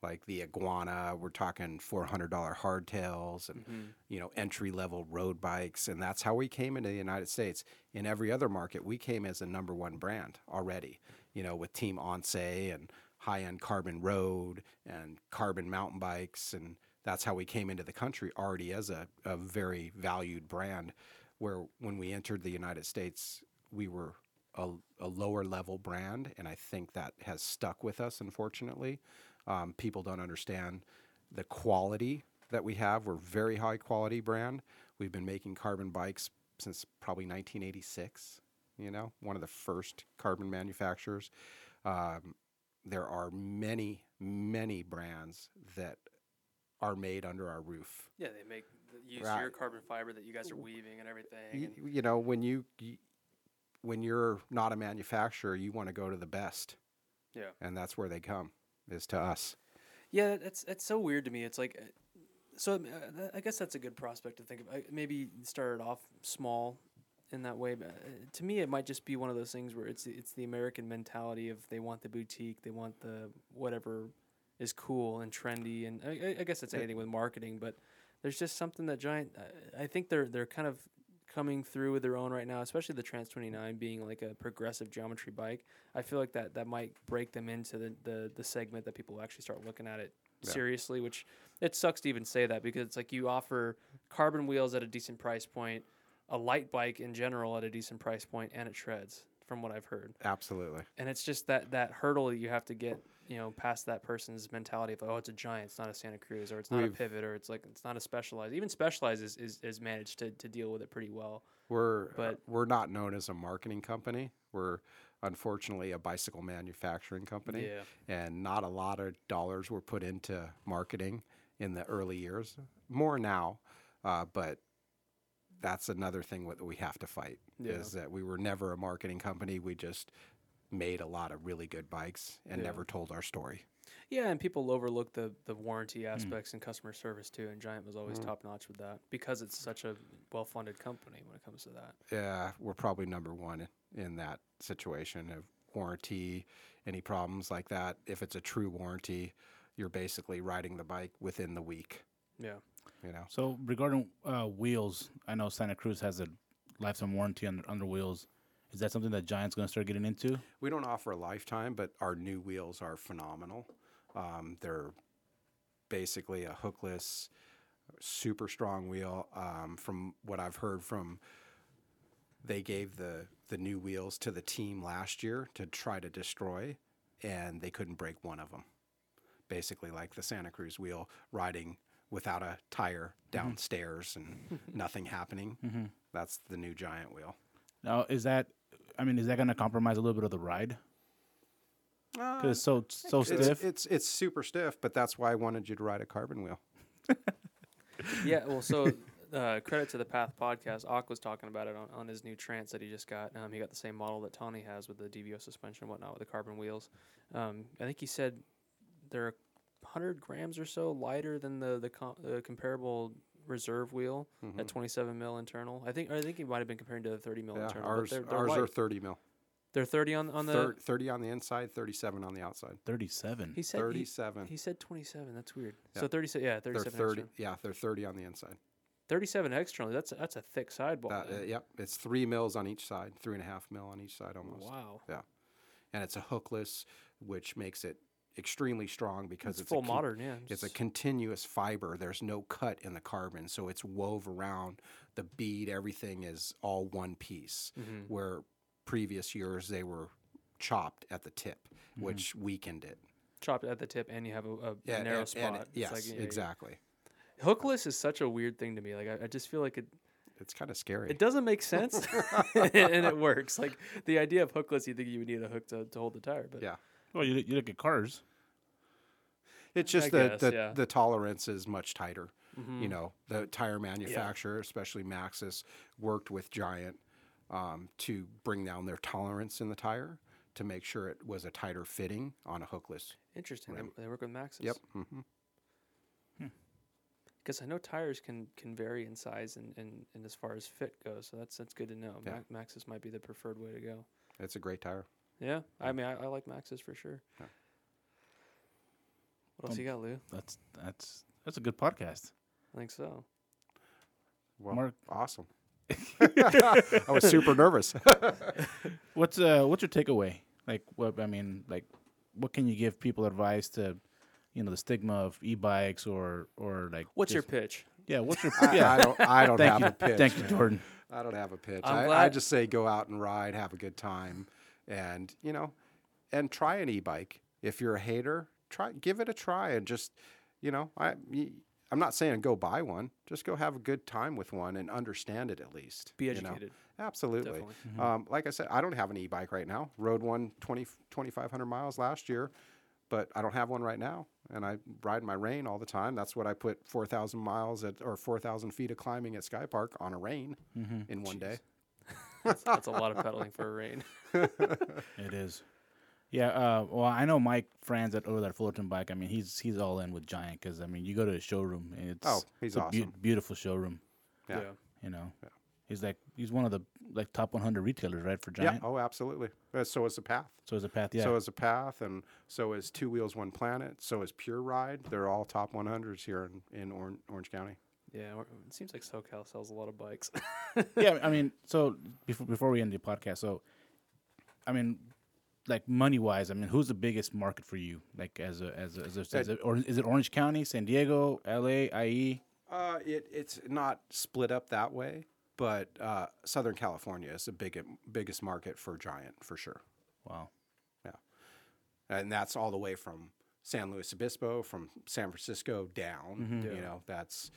like the Iguana. We're talking four hundred dollar hardtails and
Mm-hmm.
you know entry level road bikes, and that's how we came into the United States. In every other market, we came as a number one brand already. You know, with Team Once and high end Carbon Road and Carbon Mountain Bikes, and that's how we came into the country already as a, a very valued brand. Where when we entered the United States, we were a, a lower level brand, and I think that has stuck with us. Unfortunately, um, people don't understand the quality that we have. We're a very high quality brand. We've been making carbon bikes since probably 1986. You know, one of the first carbon manufacturers. Um, there are many, many brands that are made under our roof.
Yeah, they make th- use
Right.
your carbon fiber that you guys are weaving and everything.
you,
and
you know when you, you when you're not a manufacturer you want to go to the best
Yeah.
and that's where they come is to us
yeah, that's that's so weird to me. It's like uh, So I mean, uh, tha- I guess that's a good prospect to think of. I- Maybe start it off small in that way. But uh, to me, it might just be one of those things where it's it's the American mentality of they want the boutique, they want the whatever is cool and trendy, and I, I- I guess it's anything with marketing. But there's just something that Giant. uh, I, I think they're they're kind of coming through with their own right now, especially the Trans 29 being like a progressive geometry bike. I feel like that that might break them into the the, the segment that people actually start looking at it seriously, which it sucks to even say that because it's like you offer carbon wheels at a decent price point, a light bike in general at a decent price point, and it shreds from what I've heard.
Absolutely.
And it's just that that hurdle you have to get, you know, past that person's mentality of oh, it's a giant, it's not a Santa Cruz, or it's not a
We've-
pivot, or it's like it's not a specialized. Even specialized is is, is managed to, to deal with it pretty well.
We're uh,
But-
we're not known as a marketing company. We're unfortunately a bicycle manufacturing company,
Yeah.
and not a lot of dollars were put into marketing in the early years. More now, uh, but that's another thing that we have to fight
Yeah.
is that we were never a marketing company. We just made a lot of really good bikes and never told our story.
Yeah, and people overlook the the warranty
Hmm.
aspects and customer service too. And Giant was always top notch with that because it's such a well funded company when it comes to that.
yeah, we're probably number one in that situation of warranty, any problems like that. If it's a true warranty, you're basically riding the bike within the week,
Yeah.
you know?
So regarding uh, wheels, I know Santa Cruz has a lifetime warranty on on their wheels. Is that something that Giant's going to start getting into?
We don't offer a lifetime, but our new wheels are phenomenal. Um, they're basically a hookless, super strong wheel. Um, from what I've heard from, they gave the the new wheels to the team last year to try to destroy, and they couldn't break one of them. Basically, like the Santa Cruz wheel riding without a tire downstairs and nothing happening. That's the new giant wheel.
Now, is that, I mean, is that going to compromise a little bit of the ride? Because it's so so
It's,
stiff.
it's it's super stiff, but that's why I wanted you to ride a carbon wheel.
*coughs* Yeah, well, so uh, credit to the Path podcast. Ock was talking about it on, on his new Trance that he just got. Um, he got the same model that Tawny has with the DVO suspension and whatnot with the carbon wheels. Um, I think he said they're 100 grams or so lighter than the the com- uh, comparable reserve wheel
Mm-hmm.
at 27 mil internal. I think or I think he might have been comparing to the 30 mil
Yeah,
internal. but
ours
they're, they're
ours are
light.
thirty mil.
they're 30 on on the.
Thir- thirty on the inside, thirty-seven on the outside.
Thirty-seven.
he said he-
37.
He, said 27. That's weird. So 37. Yeah,
They're
37.
thirty.
external.
Yeah, they're thirty on the inside.
37 externally. That's a, that's a thick sidewall.
That, uh, yep, it's three mils on each side, three and a half mil on each side almost.
wow.
Yeah, and it's a hookless, which makes it extremely strong because
It's
it's,
full
a con-
modern, yeah.
It's a continuous fiber. There's no cut in the carbon, so it's wove around the bead. Everything is all one piece.
Mm-hmm.
Where previous years they were chopped at the tip, which weakened it.
chopped at the tip and you have a, Mm-hmm. a narrow
and-
spot.
and-
It's
yes,
like, yeah, yeah.
exactly.
Hookless is such a weird thing to me. Like I, I just feel like it
It's kind of scary.
it doesn't
*laughs*
make sense *laughs* and it works. Like the idea of hookless, you think you would need a hook to, to hold the tire, but
yeah.
Well, you, you look at cars.
It's just
I
the
guess,
the,
yeah.
the tolerance is much tighter. You
Mm-hmm.
know, the tire manufacturer, especially Maxxis, worked with Giant um, to bring down their tolerance in the tire to make sure it was a tighter fitting on a hookless.
interesting. They, they work with Maxis.
Yep. mm-hmm.
Because I know tires can can vary in size and, and, and as far as fit goes, so that's that's good to know.
Yeah.
Ma- Maxis might be the preferred way to go.
It's a great tire.
Yeah, I mean, I, I like Max's for sure. What else you got, Lou?
That's that's that's a good podcast.
I think so.
Well,
Mark-
awesome. *laughs* I was super nervous.
What's uh what's your takeaway? Like what I mean, like what can you give people advice to, you know, the stigma of e-bikes or or like
What's your
just-
pitch?
yeah? What's your
*laughs* I
yeah?
don't. I don't
Thank
have
you,
a pitch.
thank you,
man.
Jordan.
I don't have a pitch.
I'm
I, I
glad-
just say go out and ride, have a good time, and you know, and try an e-bike. If you're a hater, try give it a try and just, you know, I y- I'm not saying go buy one. Just go have a good time with one and understand it at least.
Be
you know? *laughs*
educated.
Absolutely. Um, like I said, I don't have an e-bike right now. Rode one 20, 2,500 miles last year, but I don't have one right now. And I ride my rain all the time. That's what I put 4,000 miles at, or 4,000 feet of climbing at Sky Park on a rain in one day.
That's, that's a lot of pedaling for a rain.
It is. Yeah, uh, well, I know my friends at over at Fullerton Bike. I mean, he's he's all in with Giant because I mean, you go to his showroom and it's
Oh, he's
it's a
awesome.
beautiful showroom.
*laughs* Yeah.
You know, he's like he's one of the like top 100 retailers, right, for
Yeah.
Giant.
Oh, absolutely. Uh, So is the path.
So is a path. Yeah,
So is the path, and so is Two Wheels One Planet. So is Pure Ride. They're all top 100s here in, in Orange, Orange County.
Yeah, or- it seems like SoCal sells a lot of bikes. *laughs*
yeah. I mean, so before before we end the podcast, so I mean, like money wise, I mean, who's the biggest market for you? Like as a as a, as, a, as a- or is it Orange County, San Diego, L.A., IE?
Uh, it it's not split up that way, but uh, Southern California is the big, biggest market for Giant for sure.
Wow.
Yeah, and that's all the way from San Luis Obispo, from San Francisco down.
Mm-hmm.
You know, that's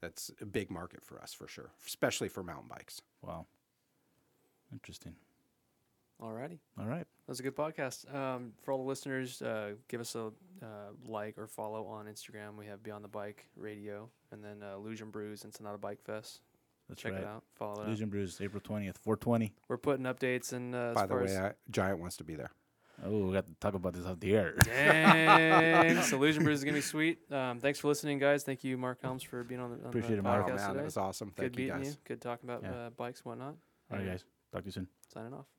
that's a big market for us for sure, especially for mountain bikes.
Wow. Interesting.
Alrighty.
All right.
That was a good podcast. Um, for all the listeners, uh, give us a uh, like or follow on Instagram. We have Beyond the Bike Radio and then uh, Illusion Brews and Sonata Bike Fest.
That's
Check
right.
it out. Follow it. Up.
Illusion Brews, April 20th, 420.
We're putting updates and uh, as
By the
far
way,
as
*laughs*
I, Giant wants to be there.
Oh, we got to talk about this off the air.
Dang. so Illusion Brews is gonna be sweet. Um, thanks for listening, guys. Thank you, Mark Helms, for being on the, on
Appreciate
the
it,
Oh
Mark.
podcast
man,
today.
that was awesome.
good
Thank you
meeting
guys.
you. Good talking about
Yeah.
uh, bikes and whatnot.
All right,
And
guys. Talk to you soon.
Signing off.